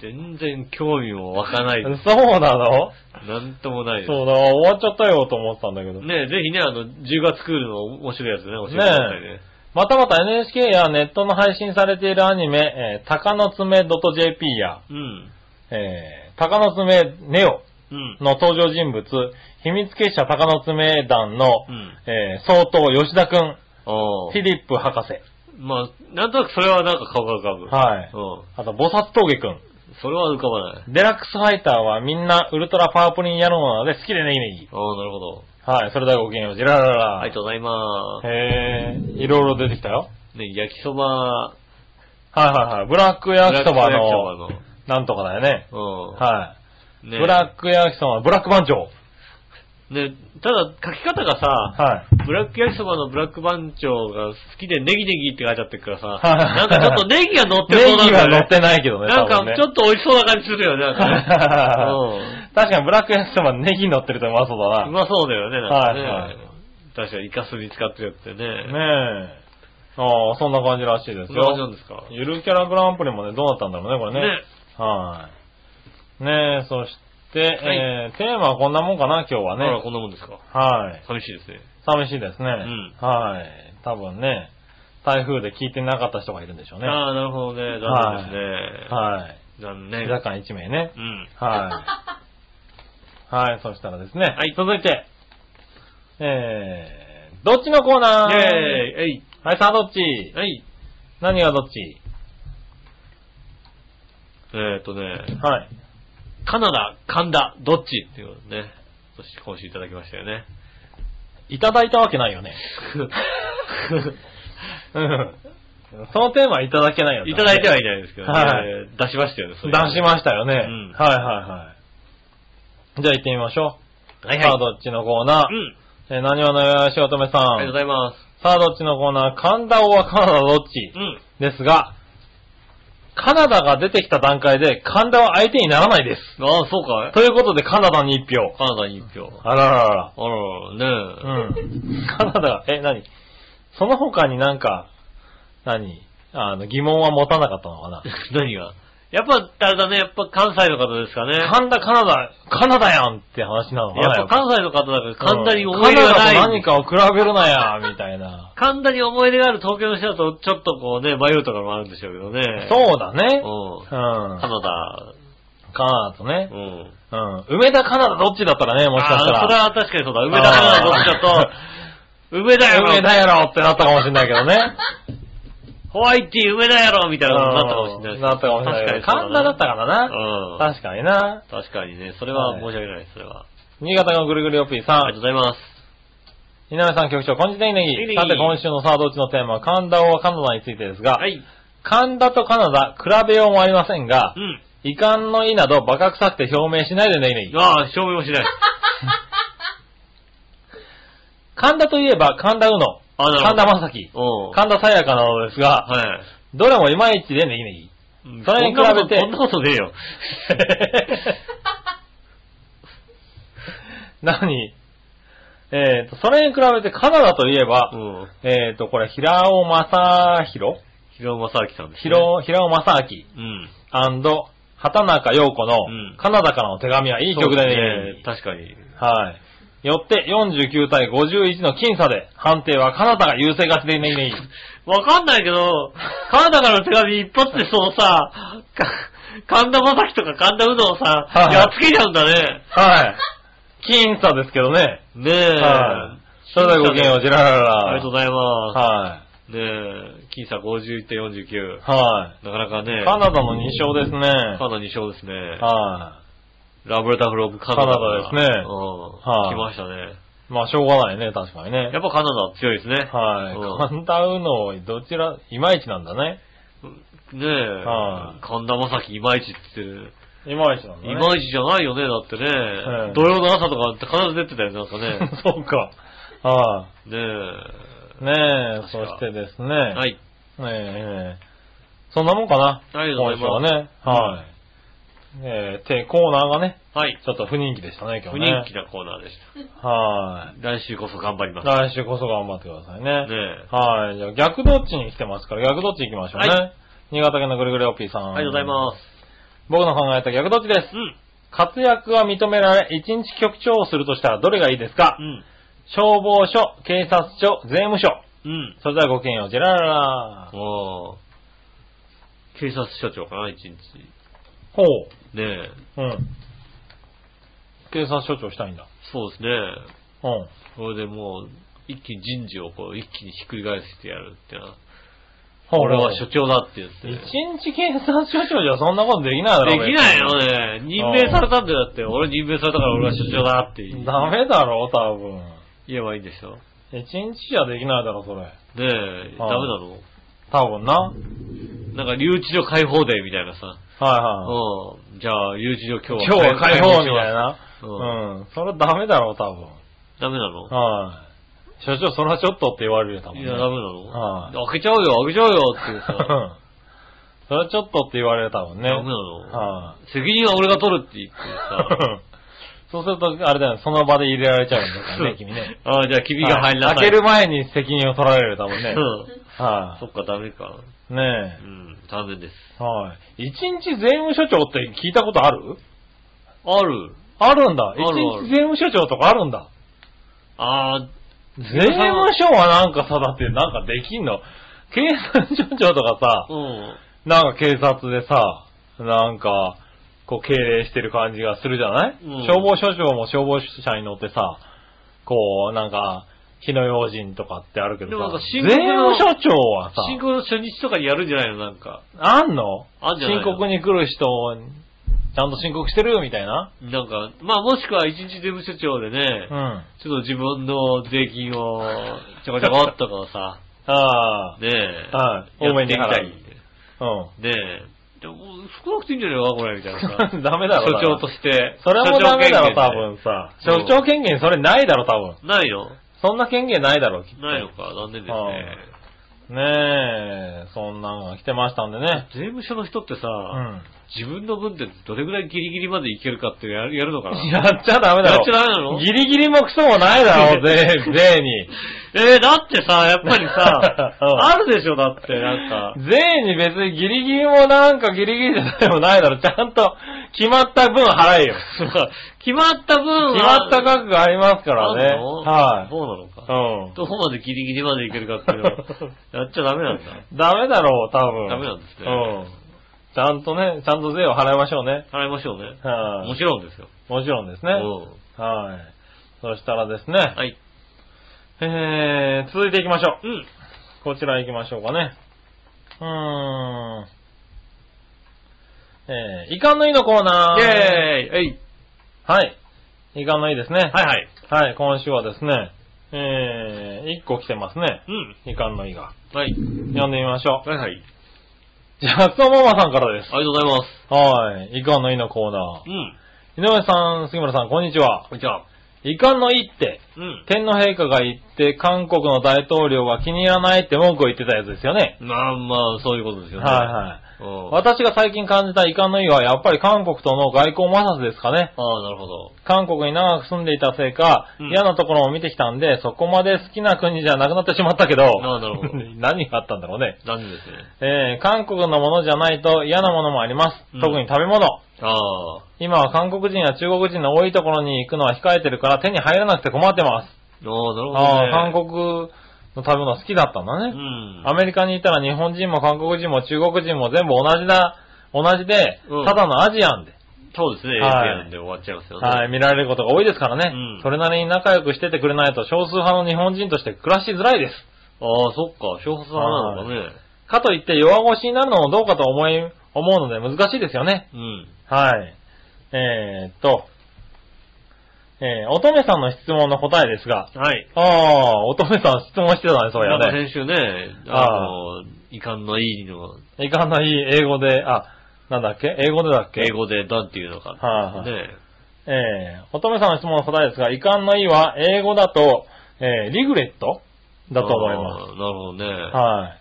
全然興味も湧か ない。そうなのなんともないです。そうだ、終わっちゃったよと思ってたんだけど。ねえぜひね、あの、10月クールの面白いやつね、教えてくださいね。またまた NHK やネットの配信されているアニメ、えー、鷹の爪 .jp や、うん。えー、鷹の爪ネオうん。の登場人物、秘密結社鷹の爪団の、うん。えー、総統吉田くん、ああフィ。リップ博士、まあ、なんとなくそれはなんか顔が浮かぶ。はいうん。あと、菩薩峠くん、それは浮かばない。デラックスファイターはみんなウルトラパープリン野郎なので好きでねぎねぎ。ああ、なるほど。はい、それではごきげんよう。ジラララ。ありがとうございまへえ、いろいろ出てきたよ。す。ね、焼きそば、はいはいはい。ブラック焼きそばブラックの、焼きなんとかだよね。そばの。うん。はねい。ブラック焼きそば、ブラック番長。ね、ただ書き方がさ、はい。ブラック焼きそばのブラック番長が好きでネギネギって書いてあってるからさ、いなんかちょっとネギが乗ってそう ネギなはんだ乗よっね。てないけどね。なんか多分ねち ょっと美味しそうな感じするよね、なんかね確かにブラック焼きそばネギ乗ってるとうまそうだうな。まそうだよね、なんかね。はいはい確かにイカスミ使ってるってね。ねえ。ああ、そんな感じらしいですそんな感じなよん。ですか。ゆるキャラグランプリもね、どうなったんだろうね、これね。ね。はい。ねえ、そして、えー、テーマはこんなもんかな、今日はあら、ね。こんなもんですか。はい。寂しいですね。寂しいですね。んはい。多分ね、台風で聞いてなかった人がいるんでしょうね。はああ、なるほどね。残念ですね。い。残記念。者間1名ね。うん。は はい、そしたらですね。はい、続いて。えー、どっちのコーイェナーーイえいはい、さあどっちはい。何がどっちえーっとね、はい。カナダ、神田、どっちっていうことでね。そして今週いただきましたよ ね。いただいたわけないよね。うん。 そのテーマはいただけないよね。いただいてはいないですけどね。はいえー出しましたよね、そ出れはねしましたよね。んはいはいはい。じゃあ行ってみましょう。はいさあはどっちのコーナい。うー。ん。えー、何話のよしおとめさありがとうんご。ざいます。さあどっちのコーナー。神田はカナダどっちうん。ですが、カナダが出てきた段階で神田は相手にならないです。ああ、そうかということでカナダに一票。カナダに一票。あらららら。あららねうん。カナダが、え、何その他になんか、何あの、疑問は持たなかったのかな 何がやっぱ、あれだね、やっぱ関西の方ですかね。神田カナダ、カナダやんって話なのかなやっぱ関西の方だからうん神田に思い入れがカナダなとい何。かを比べるな や、みたいな。神田に思い出がある東京の人だと、ちょっとこうね、迷うとかもあるんでしょうけどね。そうだね。ううんん。。カカナダ、ナダとねう。ん。うん。梅田カナダどっちだったらね、もしかしたあーそれら。は確かにそうだ。梅田カナダどっちだと、梅田やろ梅田やろってなったかもしれないけど ね。ホワイティ梅田やろみたいなことになったかもしれないですなったかもしれないけど。確かに神田だったからな。ら。うん。確かにな。確かにね、それは申し訳ないです、それは。新潟のぐるぐるおっぴーさんあ。りがとうございます。稲上さん局長、こんにちは、ネギネネギギ。さて、今週のサードうちのテーマは、神田はカナダについてですが、はい。神田とカナダ、比べようもありませんがう、ん。遺憾の意など、馬鹿臭くて表明しないでネギネギ。ああ、証明もしない。神田といえば、神田うの、あなるほ神ど田正輝、うん。神田沙也加なのですが、はい。どれもいまいちでネギネ ギ。それに比べてそんなことそんなことねえよ。何えーと、それに比べてカナダといえば、うん。えーと、これ、平尾正宏広尾正明さんです、ね。平尾平尾正明。うん。畑中陽子のうん、カナダからの手紙はいい曲だそうねです。確かに。はい。よって49対51の僅差で、判定はカナダが優勢勝ちでねいね い。わかんないけど、カナダからの手紙一発でそのさ、か神田正輝とか神田うどをさ、はいやっつけちゃうんだね。はい。僅差ですけどね。ねえ。はいそれではごきげんよう、ジララララ。ありがとうございまはす。ねえ、僅差51点49い。。はなかなかい。ね、カナダの2勝ですカね。ナ2勝ですね。はラブレターフローブカナダが。カナダですねうん。はい来ましたね。い。まあ、しょうがないね、確かにねや。っぱカナダは強いですね。はい。う神田うの、どちら、いまいちなんだね。んねえは。神田正輝いまいちって。いまいちなんだね。いまいちじゃないよね、だってね。ん土曜の朝とかって必ず出てたよね、なんか ね。そうか。はい。ねねえ、確そかしてですね。。え。はいい。ええそんなもんかな。ありがとうございます今週はね。はい。ええて、コーナーがね、はい。ちょっと不人気でしたね、今不日人ね。気なコーナーでした。気。は来週こそ頑張りい。ます。ね来週こそ頑張ってくださいね。え。はい。じゃあ逆どっちに来てますから、逆どっち行きましょうね。はい新潟県のぐるぐるおっぴーさん。ありがとうございます。僕の考えた逆どっちです。うん。活躍は認められ、一日局長をするとしたらどれがいいですか、うん。消防署、警察署、税務署。うん。それではごきげんよう、ジェラララ。おー警察署長かな、一日。ほう。ねえ。うん。警察署長したいんだ。そうですね。うん。それでもう、一気に人事をこう、一気にひっくり返してやるってな。俺俺はは署署長だって言って。一日警察署長じゃそんなことできないだろ。できない別よね。任命されたんだよ、だって。俺任命されたから俺は所長だってにダメだろ、多分。言えばいいんでしょ。ね一日じゃできないだろ、それ。え、ダメなの多分な。はいなんか留置所解放デーみたいなさ。はい。うん。じゃあ、留置所今今日日は解放みしたいます。な。うん。それはダメだろ、多分。ダメなのはい。署長、それはちょっとって言われるよ、多分ね。いや、ダメなのは開けちゃうよ、開けちゃうよっていう さ。ダうん それはちょっとって言われるよ、多分メね。なのはい。責任は俺が取るって言ってさ。 そうすると、あれだよね、その場で入れられちゃうんだからね、君ね。ああ、じゃあ君が入りなさい。開ける前に責任を取られるだもんね。うん。はそっか、ダメか。い、うねん、残念です。え。はい。一日税務署長って聞いたことあるある。あるんだ。一るある日税務署長とかあるんだ。あ税務署はなんかさ、だってなんかできんの。警察署長とかあ、うん。さ、なんか警察でさ、なんか、こう、敬礼してる感じがするじゃない、うん消防署長も消防車に乗ってさ、こう、なんか、火の用心とかってあるけどでもなさんか、深税刻な務署長はさ、新婚初日とかにやるんじゃないのなんか。あんのあんじゃないの申告に来る人を、ちゃんと申告してるみたいな。なんか、まあもしくは一日税務署長でね、うん。あちょっと自分の税金をちょこちょこっとこうさ、あー、ねえ。はいや多めってにみ払うたい。ね うん。。え。でも、少なくていいんじゃないのかこれ、みたいなさダメだろ所長として。それもダメだろ、所長権限で。多分さ。そう所長権限それないだろ、多分。ないのそんな権限ないだろ、きっと。ないのか、残念ですね。ねえ、そんなのが来てましたんでね。税務署の人ってさ、うん。自分の分ってどれぐらいギリギリまでいけるかってやるやるのかなやっちゃダメだやっちゃダメなろ。のギリギリもクソもないだろ、 ぜ、税に。、えー、だってさ、やっぱりさ うんあるでしょ、だって、なんか。 税に別にギリギリもなんかギリギリじゃないもないだろ。ちゃんと決まった分払えよ。決まった分は決まった額がありますからあんね。のはそうなのい。か。うどこまでギリギリまでいけるかって いうのはやっちゃダメなんだ。ん。ダメだろう、多分。ダメなんですねうん。ちゃんとね、ちゃんと税を払いましょうね。払いましょうね。はい、もちろんですよ。もちろんですね。うはい。そしたらですね、んはい。えー、続いていきましょう。うん。こちら行きましょうかね。うーん。えー、遺憾のいいのコーナー。イェーイえいはい。遺憾のいいですね。はいはい。はい。今週はですね、えー、1個来てますね。うん。遺憾のいが。はい。読んでみましょう。はいはい。ジャクソンママさんからです。ありがとうございます。はい。遺憾のいいのコーナうん。ー。井上さん、杉村さん、こんにちは。こんにちは。遺憾のいいって、うん。天皇陛下が言って、韓国の大統領が気に入らないって文句を言ってたやつですよね。まあまあ、そういうことですよね。はいはい。い。うん。あ私が最近感じた遺憾の意は、やっぱり韓国との外交摩擦ですかね。あ、なるほど。韓国に長く住んでいたせいか、うん嫌なところを見てきたんで、そこまで好きな国じゃなくなってしまったけど、ああなる ほど何があったんだろうね。残念ですね。えー、韓国のものじゃないと嫌なものもあります。うん特に食べ物。ああ。今は韓国人や中国人の多いところに行くのは控えてるから手に入らなくて困ってます。ああ、なるほど、ね。ああ、韓国の食べ物好きだったんだね。うん。アメリカにいたら日本人も韓国人も中国人も全部同じだ、同じで、うんただのアジアンで、そうですね。エはいンで終わっちゃいますよね。はい、見られることが多いですからね、うんそれなりに仲良くしててくれないと少数派の日本人として暮らしづらいです。ああ、そっか。小発派なのかね。かといって弱腰になるのもどうかと思い、思うので難しいですよね。うん。はい。えー、っと、えー、乙女さんの質問の答えですが、はい。ああ、乙女さん質問してたね、そうないやんかね。先週ね、ああの、遺憾のいいの、いかない英語で、あ、なんだっけ英語でだっけ英語でなんていうのか。はいはいねえー、乙女さんの質問の答えですが、遺憾の意は、英語だと、えー、リグレットだと思いまああなるほどね。す。はい。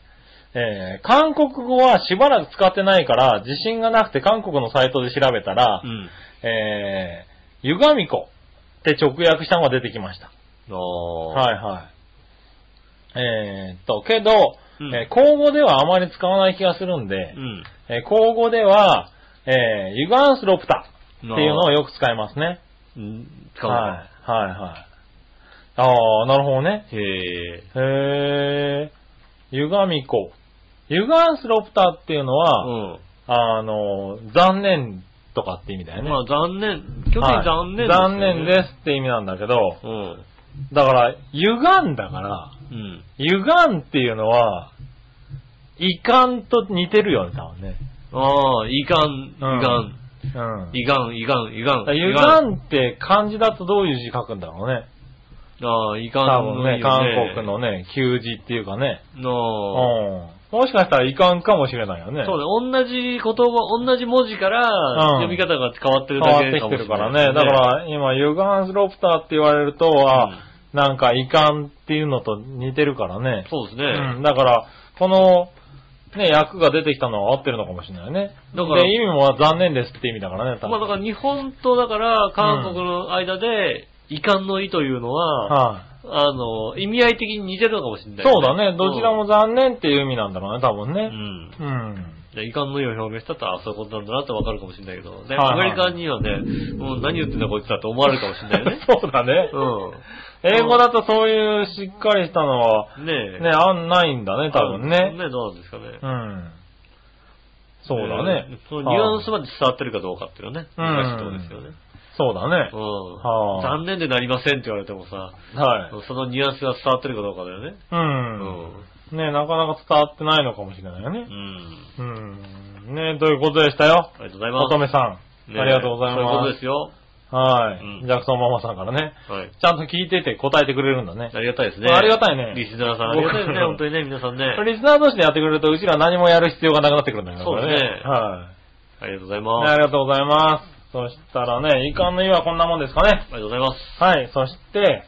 えー、韓国語はしばらく使ってないから、自信がなくて韓国のサイトで調べたら、うん。えー、ゆがみこって直訳したのが出てきました。ああ。。はいいはい。えーっと、けど、うんえー、口語ではあまり使わない気がするんで、うん。えー、口語では、えー、ゆがんすロプタっていうのをよ。よく使いますね。うん。使うのかはい、はい、はい。ああ、なるほどね。へえ。へえ。ゆがみこ。ゆがんすロプタっていうのうは、ん。あの、残念とかって意味だよね。まあ残念。去は年い残念ですよね。残念ですって意味なんだけど、うん。だから、ゆがんだから、うん。ゆがんっていうのは、遺憾と似てるよね、多分ね。ああ、遺憾、遺憾、うん。遺憾、遺憾、遺だから憾。ゆがんって漢字だとどういう字書くんだろうね。ああ、遺憾多の分いいよね、韓国のね、旧字っていうかね。うのん。もしかしたら遺憾かもしれないよね。そうね、同じ言葉、同じ文字からう、ん読み方が変わってる変わだっけてかもきてしれるなかいらね。だから、今、ユガンスロプターって言われるとは、なんか遺憾っていうのと似てるからね。そうですね。うん。だから、この、ね、役が出てきたのは合ってるのかもしれないね。だからで、意味も残念ですって意味だからね、多まあだ分。から日本とだから韓国の間で、遺憾の意というのは、はあの、意味合い的に似てるのかもしれい。ない。そうだね。どちらも残念っていう意味なんだろうね、多分うね。ん。うん。で遺憾の意を表明したって、あそういうことなんだなってわかるかもしれないけど、ね、はいはい。アメリカにはね、もう何言ってんだこいつだって思われるかもしれないよね そうだね。英語だとそういうしっかりしたのは、うん。ねえ。ね、あんないんだね、多分ね。ね、どうなんですかね。うん。そうだねんそのニュアンスまで伝わってるかどうかっていうのはね、うん難しいところですよね。そうだねう。はん。あ残念でなりませんって言われてもさ、はい。そのニュアンスが伝わってるかどうかだよね。う。うんん。ねなかなか伝わってないのかもしれないようね。ん。うん。ねということでしたよ。ありがとうございます。乙女さん、ねありがとうございそういうこまとですよ。す。はい、うんジャクソンママさんからね、はい。ちゃんと聞いてて答えてくれるんだね。ありがたいですね。ありがたいねリスナーさん、ありがたいですね、僕本当にね、皆さんね。リスナー同士でやってくれると、うちら何もやる必要がなくなってくるんだけどそうですねはありがとうございい、まねす。ありがとうございます。そしたらね、遺憾の意はこんなもんですかね。ありがとうございます。はい。そして、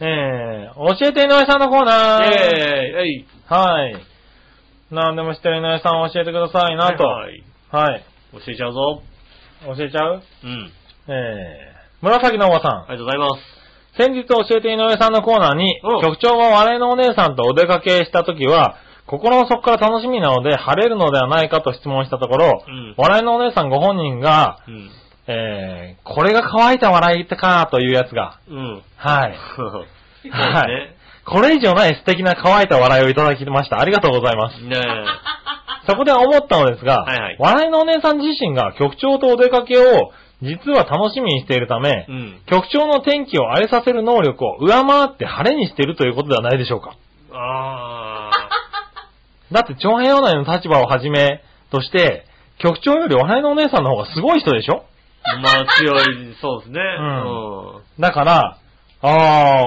えー、教えて井上さんのコーナー。イェーイえいはい。何でも知ってる井上さん教えてくださいなと。はいはいはい。教えちゃうぞ。教えちゃううん。えー、紫のおばさん。ありがとうございます。先日教えて井上さんのコーナーにうん、局長が笑いのお姉さんとお出かけした時は、心の底から楽しみなので晴れるのではないかと質問したところ、うん笑いのお姉さんご本人が、うん。えー、これが乾いた笑いってかというやつが、 うん。はい。そうですはいこれ以上ない素敵な乾いた笑いをいただきました。ありがとうございます。ね。ねそこで思ったのですが、はいはい笑いのお姉さん自身が局長とお出かけを実は楽しみにしているため、え。うん。局長の天気を荒れさせる能力を上回って晴れにしているということではないでしょうか。あだって、長編内の立場をはじめとして、局長より笑いのお姉さんの方がすごい人でしょー。まあ強い、そうですね。んだから、ああ、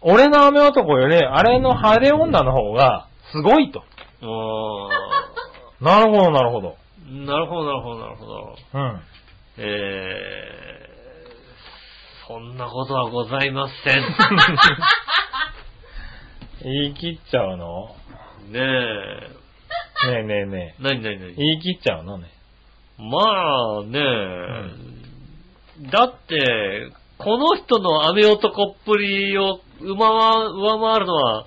俺の雨男より、あれの晴れ女の方がすごいと。うん。おなるほど、なるほど。ーなるほど、なるほど、なるほど。うん。えー、そんなことはございま せん。言い切っちゃうのねえ。ねえねえねなになになえ。に言い切っちゃうのね。まあねえ、だって、この人の雨男っぷりを上回上回るのは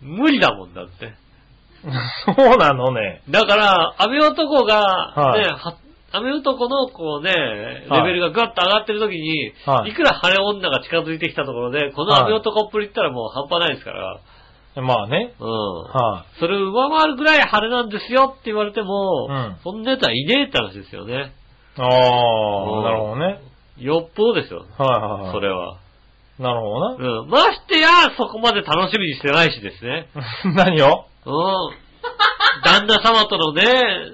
無理だもんだって。 そうなのね。だから、雨男が、はいね、は雨男のこうね、レはいベルがガッと上がってる時に、はいい、くら晴れ女が近づいてきたところで、この雨男っぷりったらもう半端ないですから、まあね。うん。はそれを上回るぐらい晴れなんですよって言われても、うんそんなやつはいねえって話ですよね。い。ああ、なるほどね。よっぽどですよ。はいはいはい。それは。なるほどな。 うん。ましてや、そこまで楽しみにしてないしですね。何を うん。旦那様とのね、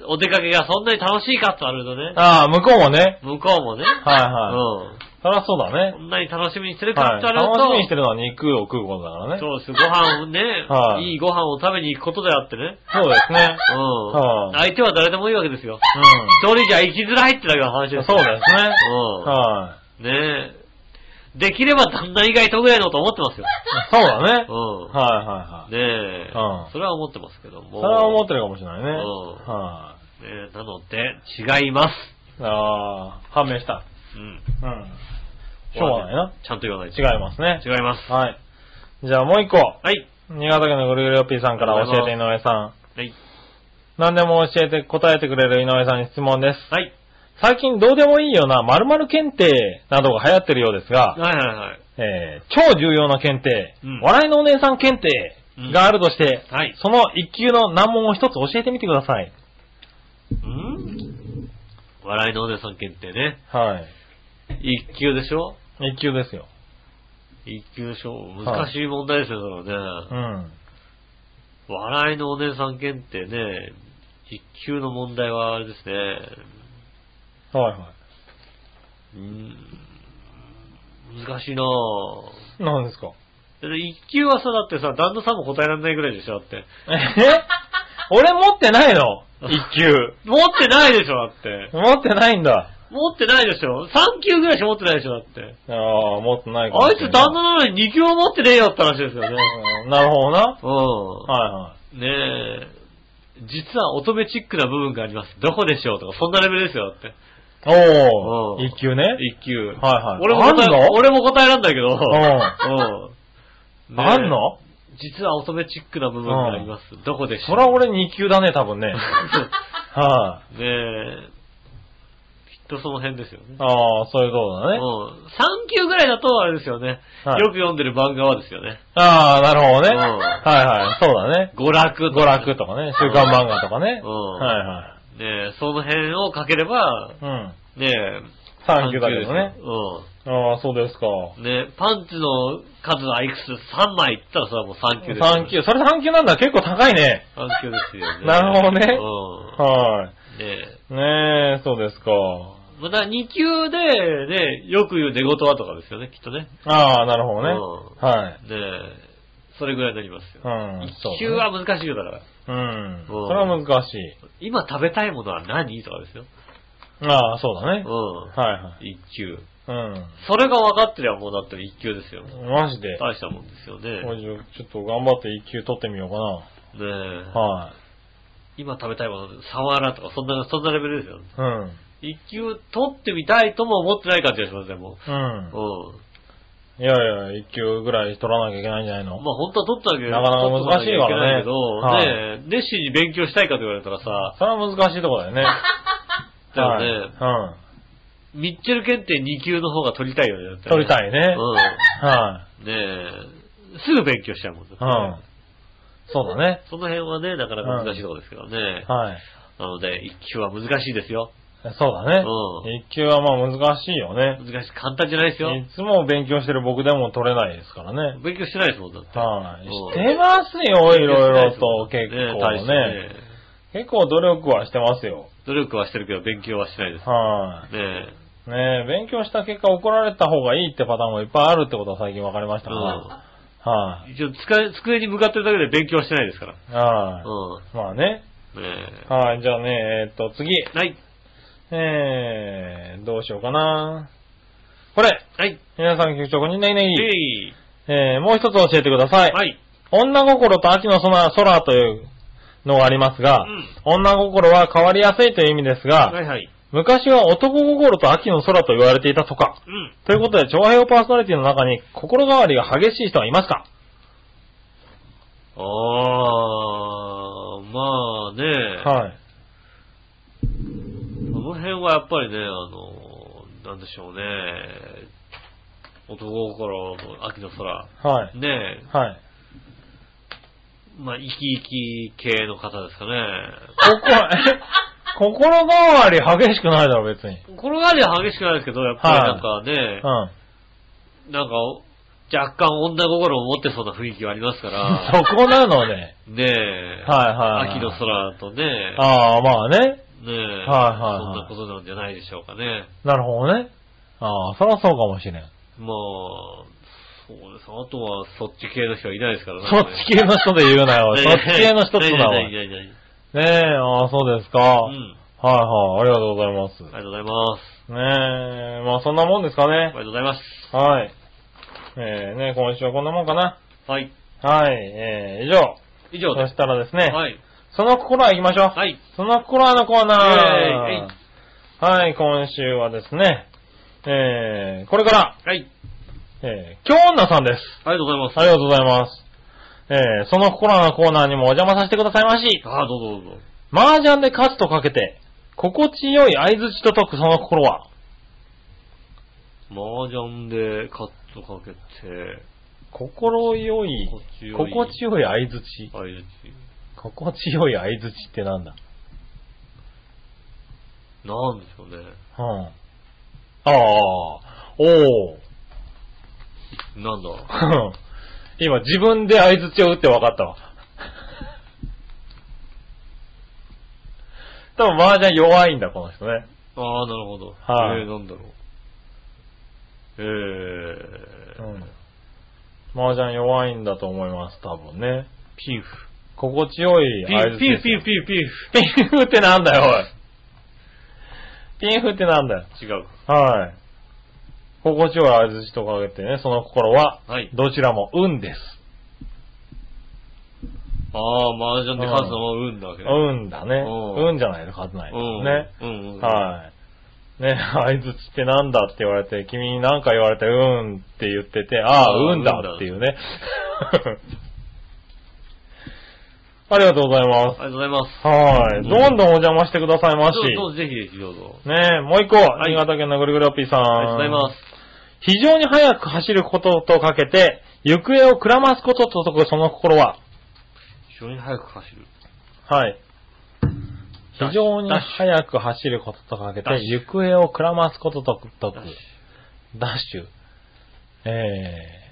お出かけがそんなに楽しいかってあるとね、ああ、向こうもね。向こうもね、はいはい。そりゃそうだうん。ねこ。んなに楽しみにしてるかはっい、てあると、楽しみにしてるのは肉を食うことだからね。そうです。ご飯をね、はいいご飯を食べに行くことであってね。そうですね。うん。はい相手は誰でもいいわけですよ。一人じゃ生きづらいってだけの話うでん。すそようですね。うん。はい。ねえ。できれば旦那以外とぐらいのと思ってますよ。そうだね。はいうん。はいはい。ねえ、うんそれは思ってますけども。それは思ってるかもしれないうね。んはねえなので、違います。い。ああ、判明した。うん。うん。しょうがないな。ちゃんと言わないと。違いますね。違います。はい。じゃあもう一個。はい。新潟県のぐるぐるよっぴーさんから教えて井上さん。はい。何でも教えて答えてくれる井上さんに質問です。はい。最近どうでもいいような〇〇検定などが流行ってるようですが、はいはいはい。えー超重要な検定、うん笑いのお姉さん検定があるとして、うんはいその一級の難問を一つ教えてみてください。うん笑いのお姉さん検定ね。は一級でしょい。一級ですよ。一級でしょい難しい問題ですよ、それはうね。ん。笑いのお姉さん検定ね。一級の問題はあれですね。はいはうん。難しいなぁ。い。何ですかだって一級はさ、だってさ、旦那さんも答えられないぐらいでしょ、だって。えへ俺持ってないの一 級。持ってないでしょ、だって。持ってないんだ。持ってないでしょ。3級ぐらいしか持ってないでしょ、だって。ああ、持ってないかもあしいれないつ旦那なのに2級は持ってねえよって話ですよね。うんなるほどな。うはいはい。ん。ねえ。実は乙女チックな部分があります。どこでしょうとか、そんなレベルですよ、だって。おうー、ん一級ね。一級。はいはい俺も答あんえの、俺も答えらんだけど。んうん。ねえあんの実は乙女チックな部分があります。どこでしょうそ ら俺2級だね、多分ね。はい、ねえ。きっとその辺ですよね。ああ、そういうことだうね。ん。3級ぐらいだと、あれですよね、はいよく読んでる漫画はですよね。ああ、なるほどね。うんはいはい、そうだね。娯楽と娯楽とかね、週刊漫画とかね。うんはいはねえ、その辺をかければ、うん。ねえ、 3級だけど半ね球ですよああ、そうですか。うん。ねえパンチの数はいくつ ?3 枚いったらさ、もう3級ですよ。 3級。それ3級なんだ。結構高いね。半球ですよね。 なるほどねうはん。ねえ。い。ねえ、そうですか。また2級で、ね、よく言う出言はとかですよね、きっとね。ああ、なるほどね。はねい。え、それぐらいになりますうよ。ん。そう1級は難しいよ、だから。うん。それは難しい。今食べたいものは何とか ですよ。ああ、そうだね。うはいはい。ん。1級。うん。それが分かってりゃもうだって1級ですよ。マジで。大したもんですよね。もうねちょっと頑張って1級取ってみようかえな。はい。今食べたいもの、サワラとか、そんな、そんなレベルですよ。うん。一級取ってみたいとも思ってない感じがしますね、もうんう。。うん。いやいや、一級ぐらい取らなきゃいけないんじゃないのまあ本当は取ったわけなかなか難しいわ取ねっとかなきゃいけないけど、ねえ熱心に勉強したいかと言われたらさ、それは難しいとこだよね。 だよねはミッチェル検定2級の方が取りたいよね、だっい。うてねん。取りたいね。はうん。ねえ、すぐ勉強しちゃうもんねい。うん。そうだね。その辺はね、なかなか難しいところですけどね。はい。なので、一級は難しいですよ。そうだね。う一級はまあ難しいよね。難しい。簡単じゃないですよ。いつも勉強してる僕でも取れないですからね。勉強してないですもん、だって。はい。うんしてますよ、いろいろと。勉結強してないですもん構大ね。して結構努力はしてますよ。努力はしてるけど、勉強はしてないです。はい。ねえ。ねえ、勉強した結果怒られた方がいいってパターンもいっぱいあるってことは最近分かりましたから。はい。一応、机机に向かってるだけで勉強はしてないですから。はうい。まあね。ん。ねえ。はい、じゃあね、えーっと、次。はい。えー、どうしようかな。これはい。皆さん局長、こんにちは。えねい。ぎえー、もう一つ教えてください。はい。女心と秋の空空というのがありますが、うん女心は変わりやすいという意味ですが、はいはい。昔は男心と秋の空と言われていたとか。うん。ということで、長平パーソナリティの中に心変わりが激しい人はいますかあー、まあね。はい。この辺はやっぱりね、あの、なんでしょうね。男心の秋の空。はい。ねえ。はい。まあ、生き生き系の方ですかね。心、え心変わり激しくないだろ、別に。これがりは激しくないですけど、やっぱりなんうかね、ん。なんか、若干女心を持ってそうな雰囲気がありますか ら、そこなのね。ねえ、はいはいはい秋の空とね、ああ、まあね。ねえ、はいはいはいそんなことなんじゃないでしょうかね。なるほどね。ああ、そらそうかもしれん。まあ、そうです。あとはそっち系の人はいないですからね。そっち系の人で言うな よ。ねそっち系の人ってだわ。ねえねねえねえねえ、ああ、そうですか。えうはん。いはい、ありがとうございます。ありがとうございます。ねえ、まあそんなもんですかありねが。とうございます。はい。えー、ね今週はこんなもんかな。はい。はい、えー、以上。以上そですし。たらですね、はい。その心は行きましょう。はい。その心はのコーイェーイえナー。はい、今週はですね、えー、これから、はい。ありえー、京女さんです。がとうございます。ありがとうございます。えー、その心はのコーナーにもお邪魔させてくださいまし。ああ、どうぞどうぞ。麻雀で勝つとかけて、心地よい相槌と解くその心は、麻雀でカットかけて、心よい、心心地地よい相槌。あい心地よい相槌ってなんだなんでしょうね。うん。ああ、おー。なんだ。うん今自分で相槌を打って分かったわ。 多分麻雀弱いんだ、この人ね。ああ、なるほど。はいえー、なんだろう。えー、うん。麻雀弱いんだと思います、多分ね。ピンフ。心地よいピ相ン槌。ピンフピンフピンフピンピンフ。ピンフってなんだよ、おい。ピンフってなんだよ。フ。違う。はい。心地よい相槌とかけてね、その心は、はい。どちらも運です。ああ、麻雀で勝つのは運だわけね。運だね。うん運じゃないと勝てないですうん。ね。うんうん。はい。ね、 相槌ってなんだって言われて、君に何か言われて、うんって言ってて、ああ、ああうんだっていうね。 ありがとうございあまりがとうございます。す。はい。うんどんどんお邪魔してくださいまし。どうぞ、ぜひぜひどうぞ。ねもう一個、い新潟県のぐるぐるおっぴーさん。ありがとうございます。非常に速く走ることとかけて、行方をくらますことと解くその心は、非常に早く走る。はい。非常に速く走ることとかけてダッシ、ュ行方をくらますことと解く。ダッシュ。えね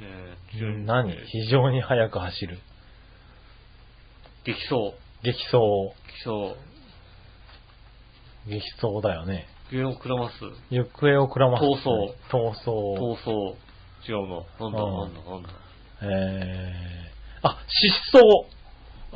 えー、何非常に速く走る。激走。激走。激走。激走だよね。ゲーをくらます。行方をくらます。逃走。逃逃走。走。違うな。なんだうなんんだなんだ。えー、あ、失踪。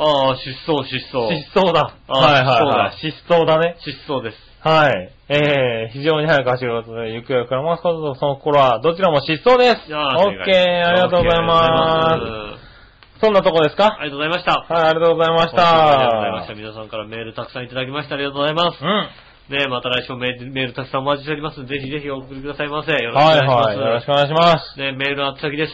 ああ、失踪、失踪。失踪だ。あはいはいはい。失踪だね。失踪です。はい。えー、非常に早く走ることで、行方をくらますことと、その心は、どちらも失踪です。じ OK、ゃあ、あ正解りがオッとうございケーありがとうございまます。す。そんなとこですかありがとうございました。はい、ありがとうございました。ありがとうございました。皆さんからメールたくさんいただきました。ありがとうございます。うん。ねえまた来週もメールメールたくさんお待ちしております。ぜひぜひお送りくださいませ。よろしくお願いはしいます。はい。よろしくお願いします。ね、メールの宛先です。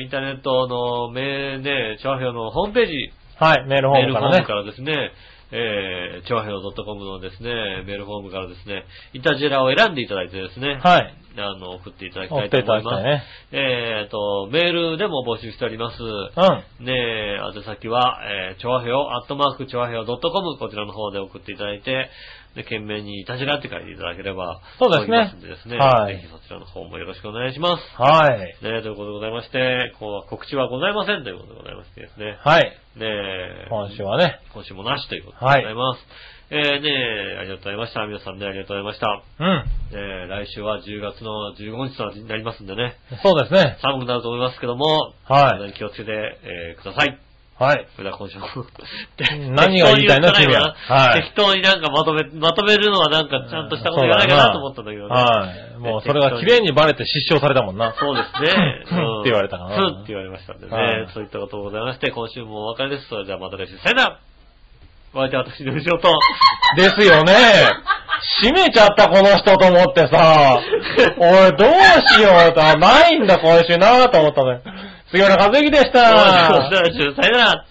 インターネットのメールね、調和表のホームページ、はい、メールフォメーールムフかォらームねか。らですね、えー、調和表 .com のですね、メールフォームからですね、イタジェラを選んでいただいてですね、はい。あの、送っていただき送たっいてといた思だいきたます。いね。えーと、メールでも募集しております。うん。ねえ、宛先は、えー、調和表、アットマーク、調和表 .com、こちらの方で送っていただいて、で、懸命にいたじらって書いていただければ、そうで届すねきますんでですね。はいぜひそちらの方もよろしくお願いします。はい。ねえ、ということでございまして、こう告知はございませんということでございましてですね。はい。ねえ、今週はね。今週もなしということでございます。えー、ねえ、ありがとうございました。皆さんね、ありがとうございました。うん。えー、来週は10月の15日となりますんでね、そうですね。寒くなると思いますけども、は気をつけて、えーください。い。はい。それでは今 週もん何が言いたいの適当に言わな君ははい適当になんかまとめ、まとめるのはなんかちゃんとしたこと言わなきゃなと思ったんだけどね。はい。もうそれが綺麗にバレて失笑されたもんな。。そうですね ふんって言われたかなふんって言われましたんでね。はいそういったこともございまして、今週もお別れです。それではまた来週、さよならお相手は私の仕事。ですよね。閉めちゃった、この人と思ってさ。 おい、どうしようと、ないんだ、今週なと思ったのよ。杉村和之でしお相手は私た。の仕事さよなら